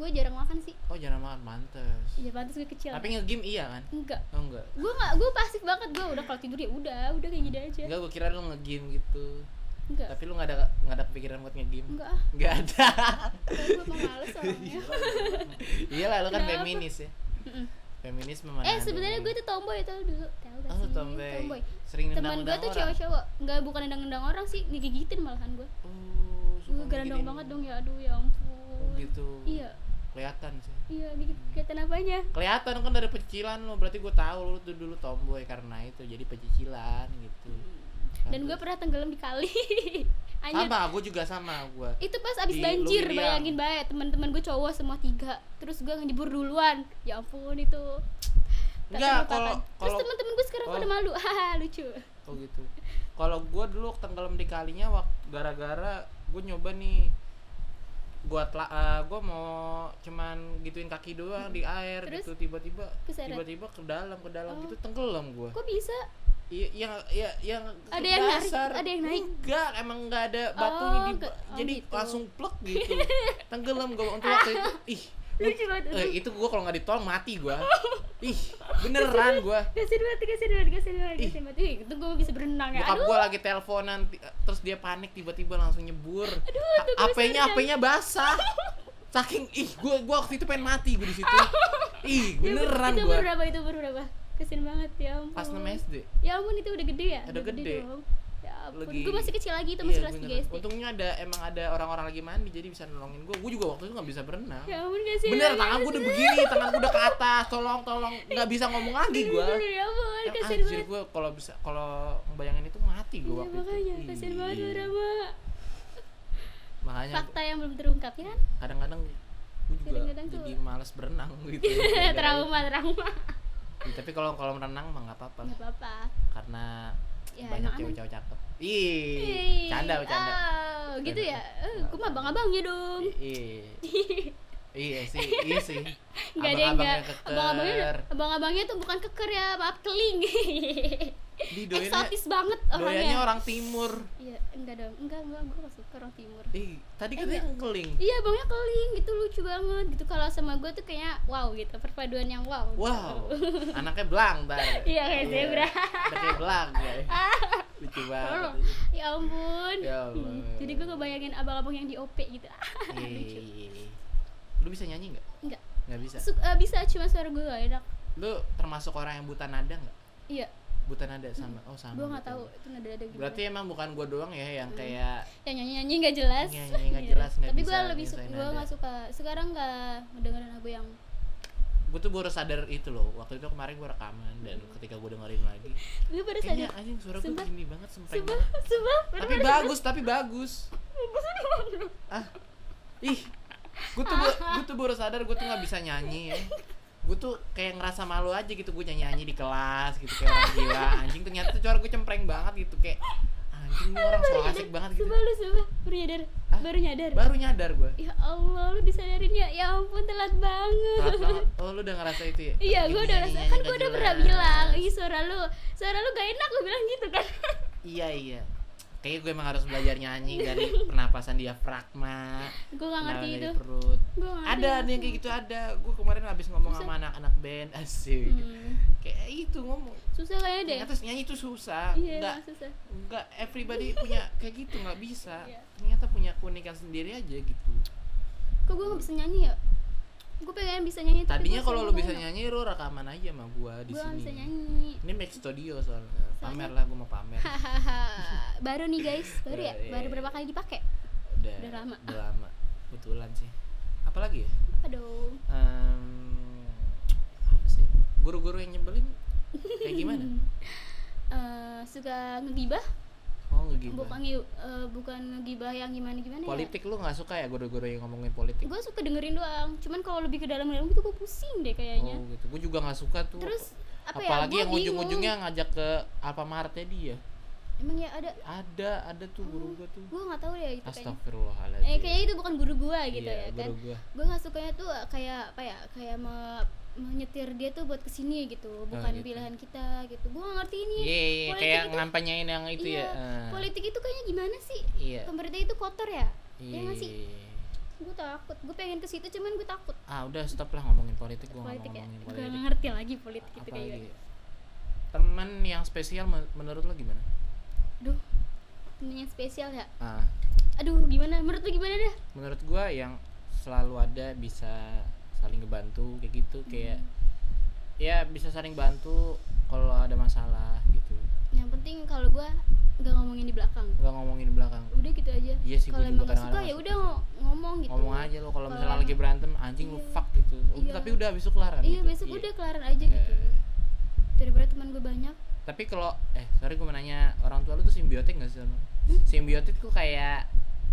[SPEAKER 2] gue jarang makan sih
[SPEAKER 1] oh jarang makan mantes
[SPEAKER 2] iya pantas gue kecil
[SPEAKER 1] tapi nge-game iya kan
[SPEAKER 2] enggak
[SPEAKER 1] oh enggak
[SPEAKER 2] gue nggak gue pasif banget gue udah kalau tidur ya udah udah kayak gini aja
[SPEAKER 1] enggak gue kira lu nge-game gitu
[SPEAKER 2] Iya. enggak
[SPEAKER 1] tapi lu nggak ada nggak ada kepikiran buat nge-game
[SPEAKER 2] enggak ah
[SPEAKER 1] nggak ada
[SPEAKER 2] gue mau males
[SPEAKER 1] Iya,
[SPEAKER 2] orangnya
[SPEAKER 1] iyalah lu kan
[SPEAKER 2] Kenapa?
[SPEAKER 1] feminis ya
[SPEAKER 2] Mm-mm.
[SPEAKER 1] feminis memandang
[SPEAKER 2] eh sebenarnya gue tuh tomboy tau dulu tau gak
[SPEAKER 1] oh,
[SPEAKER 2] sih
[SPEAKER 1] tomboy. sering
[SPEAKER 2] teman
[SPEAKER 1] nendang
[SPEAKER 2] gue
[SPEAKER 1] nendang
[SPEAKER 2] tuh
[SPEAKER 1] orang
[SPEAKER 2] cewek-cewek nggak bukan nendang-nendang orang sih digigitin malahan gue
[SPEAKER 1] oh
[SPEAKER 2] gue
[SPEAKER 1] suka
[SPEAKER 2] gerendong
[SPEAKER 1] begini.
[SPEAKER 2] Uh, banget dong ya aduh ya
[SPEAKER 1] Oh,
[SPEAKER 2] ampun
[SPEAKER 1] gitu
[SPEAKER 2] iya
[SPEAKER 1] kelihatan sih
[SPEAKER 2] iya digigit kelihatan apanya
[SPEAKER 1] kelihatan kan dari pecicilan lo berarti gue tahu lo tuh dulu tomboy karena itu jadi pecicilan gitu
[SPEAKER 2] dan gue pernah tenggelam di kali anjir
[SPEAKER 1] sama gue juga sama gue
[SPEAKER 2] itu pas abis
[SPEAKER 1] Di
[SPEAKER 2] banjir
[SPEAKER 1] Lumiriang.
[SPEAKER 2] bayangin baik teman-teman gue cowok semua tiga terus gue ngejebur duluan ya ampun itu Tak
[SPEAKER 1] Enggak,
[SPEAKER 2] terlupakan.
[SPEAKER 1] kalau-
[SPEAKER 2] terus
[SPEAKER 1] kalau-
[SPEAKER 2] teman-teman gue sekarang
[SPEAKER 1] oh.
[SPEAKER 2] pada malu haha lucu
[SPEAKER 1] oh gitu kalau gue dulu tenggelam di kalinya waktu gara-gara gue nyoba nih gue gue mau cuman gituin kaki doang di air
[SPEAKER 2] Terus?
[SPEAKER 1] gitu tiba-tiba
[SPEAKER 2] Keseret.
[SPEAKER 1] tiba-tiba ke dalam ke dalam
[SPEAKER 2] Oh.
[SPEAKER 1] gitu tenggelam gue
[SPEAKER 2] kok bisa
[SPEAKER 1] iya yang iya yang
[SPEAKER 2] Ada yang narik, ada yang naik?
[SPEAKER 1] enggak emang enggak ada batunya
[SPEAKER 2] Oh,
[SPEAKER 1] di
[SPEAKER 2] enggak. Oh,
[SPEAKER 1] jadi
[SPEAKER 2] gitu.
[SPEAKER 1] langsung plek gitu tenggelam gue untuk waktu itu ih
[SPEAKER 2] lucu banget
[SPEAKER 1] eh, itu gue kalau nggak ditolong mati gue ih beneran gue
[SPEAKER 2] Gasir banget, gasir banget, gasir banget, gasir banget. Ih, itu gue bisa berenang ya.
[SPEAKER 1] Bokap
[SPEAKER 2] Aduh,
[SPEAKER 1] gue lagi teleponan ti- terus dia panik tiba-tiba langsung nyebur.
[SPEAKER 2] tuh gua
[SPEAKER 1] apenya
[SPEAKER 2] sadar.
[SPEAKER 1] apenya basah. Saking ih gue gua waktu itu pengen mati gue di situ. ih
[SPEAKER 2] itu-
[SPEAKER 1] beneran gue.
[SPEAKER 2] Itu umur berapa? Itu umur berapa? Kasian banget ya ampun.
[SPEAKER 1] Pas 6 SD.
[SPEAKER 2] Ya ampun itu udah gede ya?
[SPEAKER 1] Udah gede.
[SPEAKER 2] dong. Ya ampun,
[SPEAKER 1] Lagi-
[SPEAKER 2] gue masih kecil lagi itu
[SPEAKER 1] Iya,
[SPEAKER 2] masih kelas 3
[SPEAKER 1] beneran.
[SPEAKER 2] SD.
[SPEAKER 1] Untungnya ada emang ada orang-orang lagi mandi jadi bisa nolongin gue. Gue juga waktu itu nggak bisa berenang.
[SPEAKER 2] Ya ampun gasir.
[SPEAKER 1] Bener tangan gue udah begini, tangan gue udah ke atas, tolong tolong nggak bisa ngomong lagi gue.
[SPEAKER 2] Ya ampun,
[SPEAKER 1] Yang
[SPEAKER 2] kasian
[SPEAKER 1] Kan Anjir
[SPEAKER 2] banget.
[SPEAKER 1] gue kalau bisa kalau ngebayangin itu mati gue
[SPEAKER 2] Iya
[SPEAKER 1] waktu
[SPEAKER 2] makanya,
[SPEAKER 1] itu. Iya.
[SPEAKER 2] kasian
[SPEAKER 1] Ih,
[SPEAKER 2] banget drama.
[SPEAKER 1] Makanya
[SPEAKER 2] Fakta yang belum terungkap ya kan?
[SPEAKER 1] kadang-kadang gue juga
[SPEAKER 2] Kadang-kadang tuh-
[SPEAKER 1] jadi malas berenang gitu. Gara-gara
[SPEAKER 2] trauma, trauma.
[SPEAKER 1] Ih, tapi kalau kolam renang mah nggak apa-apa
[SPEAKER 2] Enggak apa-apa.
[SPEAKER 1] karena
[SPEAKER 2] Ya,
[SPEAKER 1] banyak
[SPEAKER 2] emang
[SPEAKER 1] cewek-cewek cakep. Ih,
[SPEAKER 2] Ih,
[SPEAKER 1] canda bercanda.
[SPEAKER 2] Oh, gitu ya. Eh, Gue mah abang-abangnya dong.
[SPEAKER 1] Ih. Iya sih, iya sih.
[SPEAKER 2] Enggak deh, enggak.
[SPEAKER 1] Abang-abangnya keker.
[SPEAKER 2] Abang-abangnya abang-abangnya tuh bukan keker ya, maaf keling.
[SPEAKER 1] Di doyannya,
[SPEAKER 2] Eksotis banget
[SPEAKER 1] doyannya
[SPEAKER 2] orangnya.
[SPEAKER 1] orang timur.
[SPEAKER 2] Iya, enggak dong. Enggak, enggak, gue gak suka orang timur.
[SPEAKER 1] Ih, tadi katanya keling.
[SPEAKER 2] Eh, Iya, abangnya keling gitu lucu banget. Gitu kalau sama gue tuh kayak wow gitu, perpaduan yang wow. gitu.
[SPEAKER 1] Wow, anaknya belang tar.
[SPEAKER 2] Iya, kayak zebra.
[SPEAKER 1] Anaknya kayak belang guys. Lucu banget.
[SPEAKER 2] Ya ampun.
[SPEAKER 1] Ya Allah.
[SPEAKER 2] Hmm, Jadi gue ngebayangin abang-abang yang di OP gitu. Ah,
[SPEAKER 1] Iya. Lu bisa nyanyi nggak?
[SPEAKER 2] Enggak.
[SPEAKER 1] nggak bisa
[SPEAKER 2] Su- eh, bisa cuma suara gue gak enak
[SPEAKER 1] lu termasuk orang yang buta nada nggak
[SPEAKER 2] iya
[SPEAKER 1] buta nada sama oh sama
[SPEAKER 2] gue nggak
[SPEAKER 1] buta
[SPEAKER 2] tahu
[SPEAKER 1] nada.
[SPEAKER 2] itu nada ada gimana
[SPEAKER 1] berarti emang bukan gua doang ya yang kayak
[SPEAKER 2] ya nyanyi nyanyi nggak jelas
[SPEAKER 1] Nyanyi-nyanyi nggak
[SPEAKER 2] Iya.
[SPEAKER 1] jelas, nggak
[SPEAKER 2] tapi
[SPEAKER 1] bisa
[SPEAKER 2] gue lebih suka
[SPEAKER 1] nyelesain
[SPEAKER 2] gue
[SPEAKER 1] nada.
[SPEAKER 2] nggak suka sekarang nggak dengerin lagu yang
[SPEAKER 1] gue tuh baru sadar itu loh waktu itu kemarin gue rekaman dan ketika gue dengerin lagi
[SPEAKER 2] lu pada
[SPEAKER 1] kayaknya
[SPEAKER 2] sadar
[SPEAKER 1] anjing suara gue
[SPEAKER 2] Sumpah.
[SPEAKER 1] gini banget sempreng
[SPEAKER 2] Sumpah,
[SPEAKER 1] banget.
[SPEAKER 2] sumpah,
[SPEAKER 1] tapi
[SPEAKER 2] bener-bener
[SPEAKER 1] bagus tapi bagus ah ih gue tuh gue tuh baru sadar gue tuh nggak bisa nyanyi ya gue tuh kayak ngerasa malu aja gitu gue nyanyi nyanyi di kelas gitu kayak orang gila anjing ternyata tuh suara gue cempreng banget gitu kayak anjing gue orang so asik banget gitu
[SPEAKER 2] Sumpah lu sumpah baru nyadar,
[SPEAKER 1] Hah?
[SPEAKER 2] baru nyadar.
[SPEAKER 1] baru nyadar gue
[SPEAKER 2] Ya Allah, lu disadarin ya. Ya ampun telat banget.
[SPEAKER 1] oh lu udah ngerasa itu ya
[SPEAKER 2] Iya,
[SPEAKER 1] Anjing,
[SPEAKER 2] gue udah rasa.
[SPEAKER 1] nyanyi-nyanyi
[SPEAKER 2] Kan
[SPEAKER 1] nggak
[SPEAKER 2] gue udah pernah
[SPEAKER 1] jelas.
[SPEAKER 2] bilang, gitu. ih suara lu, suara lu gak enak, gue bilang gitu kan.
[SPEAKER 1] Iya iya. Kayaknya gue emang harus belajar nyanyi dari pernapasan diafragma.
[SPEAKER 2] gue gak ngerti
[SPEAKER 1] Nah, dari
[SPEAKER 2] itu.
[SPEAKER 1] Perut.
[SPEAKER 2] Gue gak ngerti.
[SPEAKER 1] Ada ada yang kayak gitu ada. Gue kemarin habis ngomong sama anak-anak band asik.
[SPEAKER 2] Hmm,
[SPEAKER 1] Kayak "Eh, itu ngomong.
[SPEAKER 2] susah kayaknya deh.
[SPEAKER 1] Ternyata nyanyi itu susah.
[SPEAKER 2] Iya,
[SPEAKER 1] Enggak
[SPEAKER 2] emang susah.
[SPEAKER 1] enggak everybody punya kayak gitu nggak bisa.
[SPEAKER 2] Iya.
[SPEAKER 1] Ternyata punya keunikan sendiri aja gitu.
[SPEAKER 2] Kok gue gak bisa nyanyi ya? Gue pengen bisa nyanyi. tapi
[SPEAKER 1] Tadinya
[SPEAKER 2] gua
[SPEAKER 1] kalau lu
[SPEAKER 2] suara
[SPEAKER 1] bisa
[SPEAKER 2] gak enak.
[SPEAKER 1] nyanyi lu rekaman aja sama gue di
[SPEAKER 2] gue gak bisa
[SPEAKER 1] sini.
[SPEAKER 2] nyanyi.
[SPEAKER 1] Ini make studio soalnya. Pamer lah gue mau pamer.
[SPEAKER 2] Hahaha. baru nih guys, baru
[SPEAKER 1] Iya,
[SPEAKER 2] ya,
[SPEAKER 1] iya,
[SPEAKER 2] baru
[SPEAKER 1] iya.
[SPEAKER 2] berapa kali dipakai?
[SPEAKER 1] Udah,
[SPEAKER 2] Udah lama.
[SPEAKER 1] Udah lama. Betulan sih. Apalagi ya?
[SPEAKER 2] Aduh.
[SPEAKER 1] Em, apa sih guru-guru yang nyebelin kayak gimana
[SPEAKER 2] Eh, suka ngegibah
[SPEAKER 1] oh nggak gitu
[SPEAKER 2] bukan nge- eh, bukan ngegibah yang gimana gimana
[SPEAKER 1] politik lu nggak suka ya guru-guru yang ngomongin
[SPEAKER 2] ya
[SPEAKER 1] politik Oh,
[SPEAKER 2] gue suka dengerin doang cuman kalau lebih ke dalam-dalam gitu gue pusing deh kayaknya
[SPEAKER 1] oh gitu gue juga nggak suka tuh
[SPEAKER 2] terus apa ya
[SPEAKER 1] apalagi
[SPEAKER 2] gua
[SPEAKER 1] yang
[SPEAKER 2] bingung.
[SPEAKER 1] ujung-ujungnya ngajak ke Alfamartnya dia
[SPEAKER 2] emang ya ada
[SPEAKER 1] ada ada tuh guru gue tuh
[SPEAKER 2] gue nggak tahu deh itu Hmm. kayaknya
[SPEAKER 1] Astagfirullahaladzim
[SPEAKER 2] eh kayaknya itu bukan guru gue gitu
[SPEAKER 1] Iya,
[SPEAKER 2] ya kan
[SPEAKER 1] guru gua.
[SPEAKER 2] gue nggak sukanya tuh eh, kayak apa ya kayak me- menyetir dia tuh buat kesini gitu bukan
[SPEAKER 1] gitu.
[SPEAKER 2] pilihan kita gitu gue nggak ngerti ini
[SPEAKER 1] Iya, iya,
[SPEAKER 2] politik
[SPEAKER 1] kayak
[SPEAKER 2] itu-
[SPEAKER 1] ngampanyain yang itu
[SPEAKER 2] iya,
[SPEAKER 1] ya. eh,
[SPEAKER 2] politik itu kayaknya gimana sih
[SPEAKER 1] Iya.
[SPEAKER 2] pemerintah itu kotor ya ya
[SPEAKER 1] Iya.
[SPEAKER 2] nggak sih gue takut gue pengen ke situ cuman gue takut
[SPEAKER 1] Ah, udah stop lah ngomongin politik, gua nggak
[SPEAKER 2] politik
[SPEAKER 1] mau
[SPEAKER 2] ya
[SPEAKER 1] ngomongin
[SPEAKER 2] gue
[SPEAKER 1] politik.
[SPEAKER 2] nggak ngerti gitu lagi politik itu kayak
[SPEAKER 1] apalagi
[SPEAKER 2] gimana
[SPEAKER 1] teman yang spesial men- menurut lo gimana?
[SPEAKER 2] aduh temen yang spesial ya
[SPEAKER 1] Ah,
[SPEAKER 2] aduh gimana menurut lu gimana dah
[SPEAKER 1] menurut gua yang selalu ada bisa saling ngebantu kayak gitu kayak
[SPEAKER 2] Hmm.
[SPEAKER 1] ya bisa saling bantu kalau ada masalah gitu
[SPEAKER 2] yang penting kalau gue nggak ngomongin di belakang
[SPEAKER 1] nggak ngomongin di belakang
[SPEAKER 2] udah gitu aja
[SPEAKER 1] Iya sih,
[SPEAKER 2] kalau
[SPEAKER 1] gua
[SPEAKER 2] emang
[SPEAKER 1] juga
[SPEAKER 2] gak suka
[SPEAKER 1] kadang-kadang
[SPEAKER 2] ya
[SPEAKER 1] suka
[SPEAKER 2] udah ngo- ngomong gitu
[SPEAKER 1] ngomong aja lo kalau misalnya
[SPEAKER 2] Kalau-
[SPEAKER 1] lagi berantem anjing lu
[SPEAKER 2] Iya.
[SPEAKER 1] fuck gitu Oh,
[SPEAKER 2] Iya.
[SPEAKER 1] tapi udah besok gitu. kelar
[SPEAKER 2] iya besok udah kelaran aja
[SPEAKER 1] Iya.
[SPEAKER 2] gitu daripada teman gue banyak
[SPEAKER 1] Eh, tapi kalau eh sorry gue mau nanya orang tua lu tuh simbiotik gak sih sama lu? simbiotik tuh kayak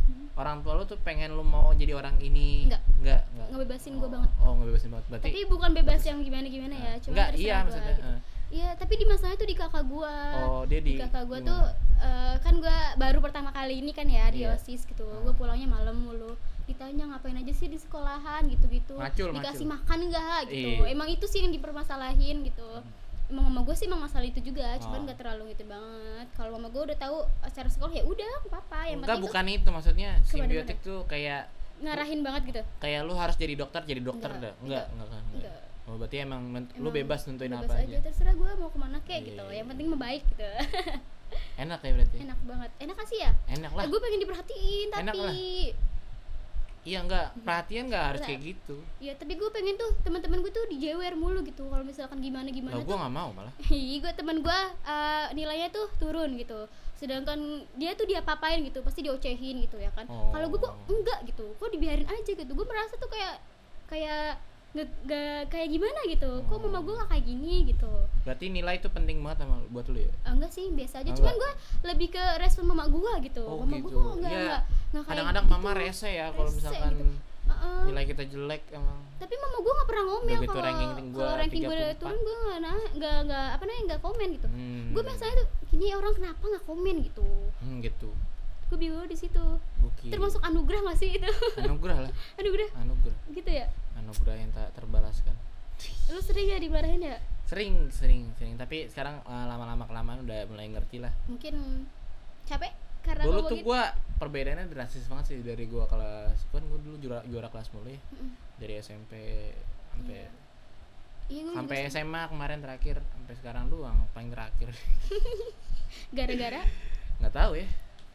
[SPEAKER 2] Hmm.
[SPEAKER 1] orang tua lu tuh pengen lu mau jadi orang ini
[SPEAKER 2] Nggak.
[SPEAKER 1] nggak nggak
[SPEAKER 2] ngebebasin
[SPEAKER 1] oh,
[SPEAKER 2] gue banget
[SPEAKER 1] oh ngebebasin banget berarti
[SPEAKER 2] tapi bukan bebas yang gimana gimana ya cuma
[SPEAKER 1] nggak
[SPEAKER 2] terserah
[SPEAKER 1] iya
[SPEAKER 2] gua
[SPEAKER 1] maksudnya
[SPEAKER 2] gitu.
[SPEAKER 1] eh.
[SPEAKER 2] iya tapi di masalahnya tuh di kakak gue
[SPEAKER 1] oh dia di Hmm.
[SPEAKER 2] di kakak gue
[SPEAKER 1] gimana?
[SPEAKER 2] tuh eh, kan gue baru pertama kali ini kan ya di
[SPEAKER 1] Iya.
[SPEAKER 2] osis gitu gue pulangnya malam mulu ditanya ngapain aja sih di sekolahan gitu-gitu
[SPEAKER 1] Macul,
[SPEAKER 2] dikasih
[SPEAKER 1] macul.
[SPEAKER 2] makan enggak gitu
[SPEAKER 1] Iya. Hmm.
[SPEAKER 2] emang itu sih yang dipermasalahin gitu emang mama gue sih emang masalah itu juga
[SPEAKER 1] Oh.
[SPEAKER 2] cuman nggak terlalu gitu banget kalau mama gue udah tahu secara sekolah ya udah nggak apa-apa yang
[SPEAKER 1] Enggak,
[SPEAKER 2] penting
[SPEAKER 1] bukan itu maksudnya simbiotik
[SPEAKER 2] Kemana-mana.
[SPEAKER 1] tuh kayak
[SPEAKER 2] tuh ngarahin banget gitu
[SPEAKER 1] kayak lu harus jadi dokter jadi dokter
[SPEAKER 2] Nggak,
[SPEAKER 1] dah enggak enggak kan enggak.
[SPEAKER 2] Nggak.
[SPEAKER 1] oh berarti emang, men- lu
[SPEAKER 2] Emang
[SPEAKER 1] bebas nentuin
[SPEAKER 2] bebas
[SPEAKER 1] apa
[SPEAKER 2] aja.
[SPEAKER 1] aja.
[SPEAKER 2] terserah gue mau kemana kek gitu
[SPEAKER 1] Iya.
[SPEAKER 2] yang penting membaik gitu
[SPEAKER 1] enak ya berarti enak,
[SPEAKER 2] enak banget enak kan sih ya
[SPEAKER 1] lah
[SPEAKER 2] gue pengen diperhatiin
[SPEAKER 1] Enak lah.
[SPEAKER 2] tapi
[SPEAKER 1] iya enggak perhatian enggak harus
[SPEAKER 2] Lah.
[SPEAKER 1] kayak gitu
[SPEAKER 2] Ya tapi gue pengen tuh teman-teman gue tuh dijewer mulu gitu kalau misalkan gimana
[SPEAKER 1] lah
[SPEAKER 2] gimana
[SPEAKER 1] gue
[SPEAKER 2] tuh.
[SPEAKER 1] nggak mau malah
[SPEAKER 2] Ih, gue teman gue eh, nilainya tuh turun gitu. Sedangkan dia tuh dia papain gitu, pasti diocehin gitu ya kan.
[SPEAKER 1] Oh.
[SPEAKER 2] Kalau gue kok enggak gitu, kok dibiarin aja gitu. Gue merasa tuh kayak kayak nggak nggak- kayak gimana gitu. Kok mama gue nggak kayak gini gitu.
[SPEAKER 1] berarti nilai itu penting banget sama buat lu ya
[SPEAKER 2] Ah, enggak sih, biasa aja.
[SPEAKER 1] Ah,
[SPEAKER 2] Cuman
[SPEAKER 1] enggak.
[SPEAKER 2] gue lebih ke respon mama gue gitu.
[SPEAKER 1] Oh,
[SPEAKER 2] mama gue
[SPEAKER 1] gitu.
[SPEAKER 2] kok enggak
[SPEAKER 1] Iya.
[SPEAKER 2] enggak enggak kayak
[SPEAKER 1] kadang-kadang
[SPEAKER 2] gitu.
[SPEAKER 1] mama rese ya kalau
[SPEAKER 2] Rese
[SPEAKER 1] misalkan
[SPEAKER 2] gitu. Heeh.
[SPEAKER 1] nilai kita jelek emang
[SPEAKER 2] tapi mama gue gak pernah ngomel
[SPEAKER 1] Udah gitu
[SPEAKER 2] kalau
[SPEAKER 1] ranking gua
[SPEAKER 2] kalau ranking gue
[SPEAKER 1] 34.
[SPEAKER 2] turun gue nggak nah nggak nggak apa namanya nggak komen gitu
[SPEAKER 1] hmm,
[SPEAKER 2] gue biasanya tuh gini orang kenapa nggak komen gitu
[SPEAKER 1] hmm, gitu
[SPEAKER 2] gue bingung di situ
[SPEAKER 1] Bukit.
[SPEAKER 2] termasuk anugerah gak sih itu
[SPEAKER 1] anugerah lah
[SPEAKER 2] anugerah
[SPEAKER 1] anugerah
[SPEAKER 2] gitu ya
[SPEAKER 1] anugerah yang tak terbalaskan
[SPEAKER 2] lu sering ya dimarahin ya
[SPEAKER 1] sering sering sering tapi sekarang eh, lama-lama kelamaan udah mulai ngerti lah
[SPEAKER 2] mungkin capek karena
[SPEAKER 1] dulu
[SPEAKER 2] gua
[SPEAKER 1] tuh
[SPEAKER 2] begitu.
[SPEAKER 1] gua perbedaannya drastis banget sih dari gua kelas kan gua dulu juara juara kelas mulu ya
[SPEAKER 2] Mm-mm.
[SPEAKER 1] dari SMP sampai
[SPEAKER 2] Iya. Iya, gua juga
[SPEAKER 1] sampai
[SPEAKER 2] sering.
[SPEAKER 1] SMA kemarin terakhir sampai sekarang doang paling terakhir
[SPEAKER 2] gara-gara
[SPEAKER 1] nggak tahu ya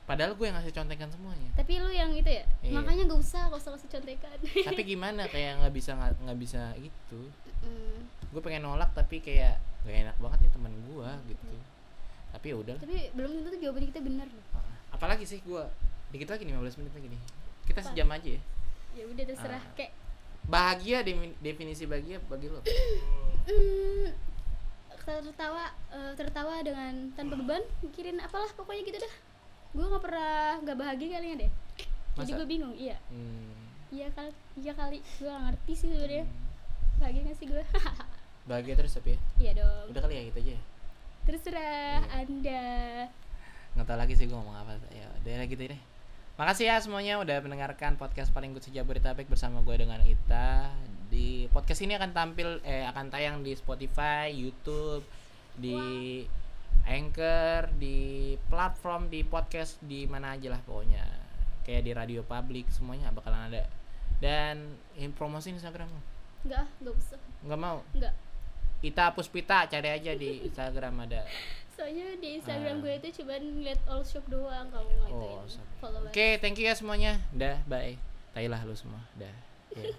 [SPEAKER 1] Padahal gue yang ngasih contekan semuanya.
[SPEAKER 2] tapi lu yang itu ya
[SPEAKER 1] Iya.
[SPEAKER 2] makanya gak usah gak usah kasih contekan
[SPEAKER 1] Tapi gimana kayak nggak bisa nggak nggak bisa gitu.
[SPEAKER 2] Mm.
[SPEAKER 1] Gue pengen nolak tapi kayak gak enak banget nih teman gue gitu. Tapi ya udah.
[SPEAKER 2] tapi belum tentu tuh jawaban kita benar loh
[SPEAKER 1] Apalagi sih gue dikit lagi nih 15 menit lagi nih. Kita sejam aja ya.
[SPEAKER 2] ya udah terserah
[SPEAKER 1] Ah.
[SPEAKER 2] kayak
[SPEAKER 1] Bahagia demi- definisi bahagia bagi lo.
[SPEAKER 2] mm, tertawa eh, tertawa dengan tanpa beban mikirin apalah pokoknya gitu dah gue nggak pernah nggak bahagia kalinya deh jadi
[SPEAKER 1] Masa?
[SPEAKER 2] gue bingung iya
[SPEAKER 1] Hmm.
[SPEAKER 2] iya kali iya kali gue gak ngerti sih sebenarnya bahagia gak sih gue
[SPEAKER 1] Bahagia terus tapi ya.
[SPEAKER 2] iya dong
[SPEAKER 1] Udah kali ya gitu aja. ya?
[SPEAKER 2] terserah
[SPEAKER 1] Iya.
[SPEAKER 2] anda
[SPEAKER 1] nggak tahu lagi sih gue ngomong apa ya udah gitu deh makasih ya semuanya udah mendengarkan podcast paling good sejak Beritapak bersama gue dengan Ita di podcast ini akan tampil eh akan tayang di Spotify YouTube di Anchor di platform di podcast di mana aja lah pokoknya kayak di radio publik semuanya bakalan ada dan eh, promosi Instagram lu.
[SPEAKER 2] nggak ah nggak usah
[SPEAKER 1] nggak mau
[SPEAKER 2] nggak
[SPEAKER 1] Ita Puspita cari aja di Instagram ada
[SPEAKER 2] soalnya di instagram
[SPEAKER 1] Ah.
[SPEAKER 2] gue itu cuma ngeliat all shop doang kalau nggak
[SPEAKER 1] Oh,
[SPEAKER 2] itu
[SPEAKER 1] sorry.
[SPEAKER 2] follow
[SPEAKER 1] Oke, thank you ya semuanya. Dah, bye. Tailah lu semua. Dah. Ya.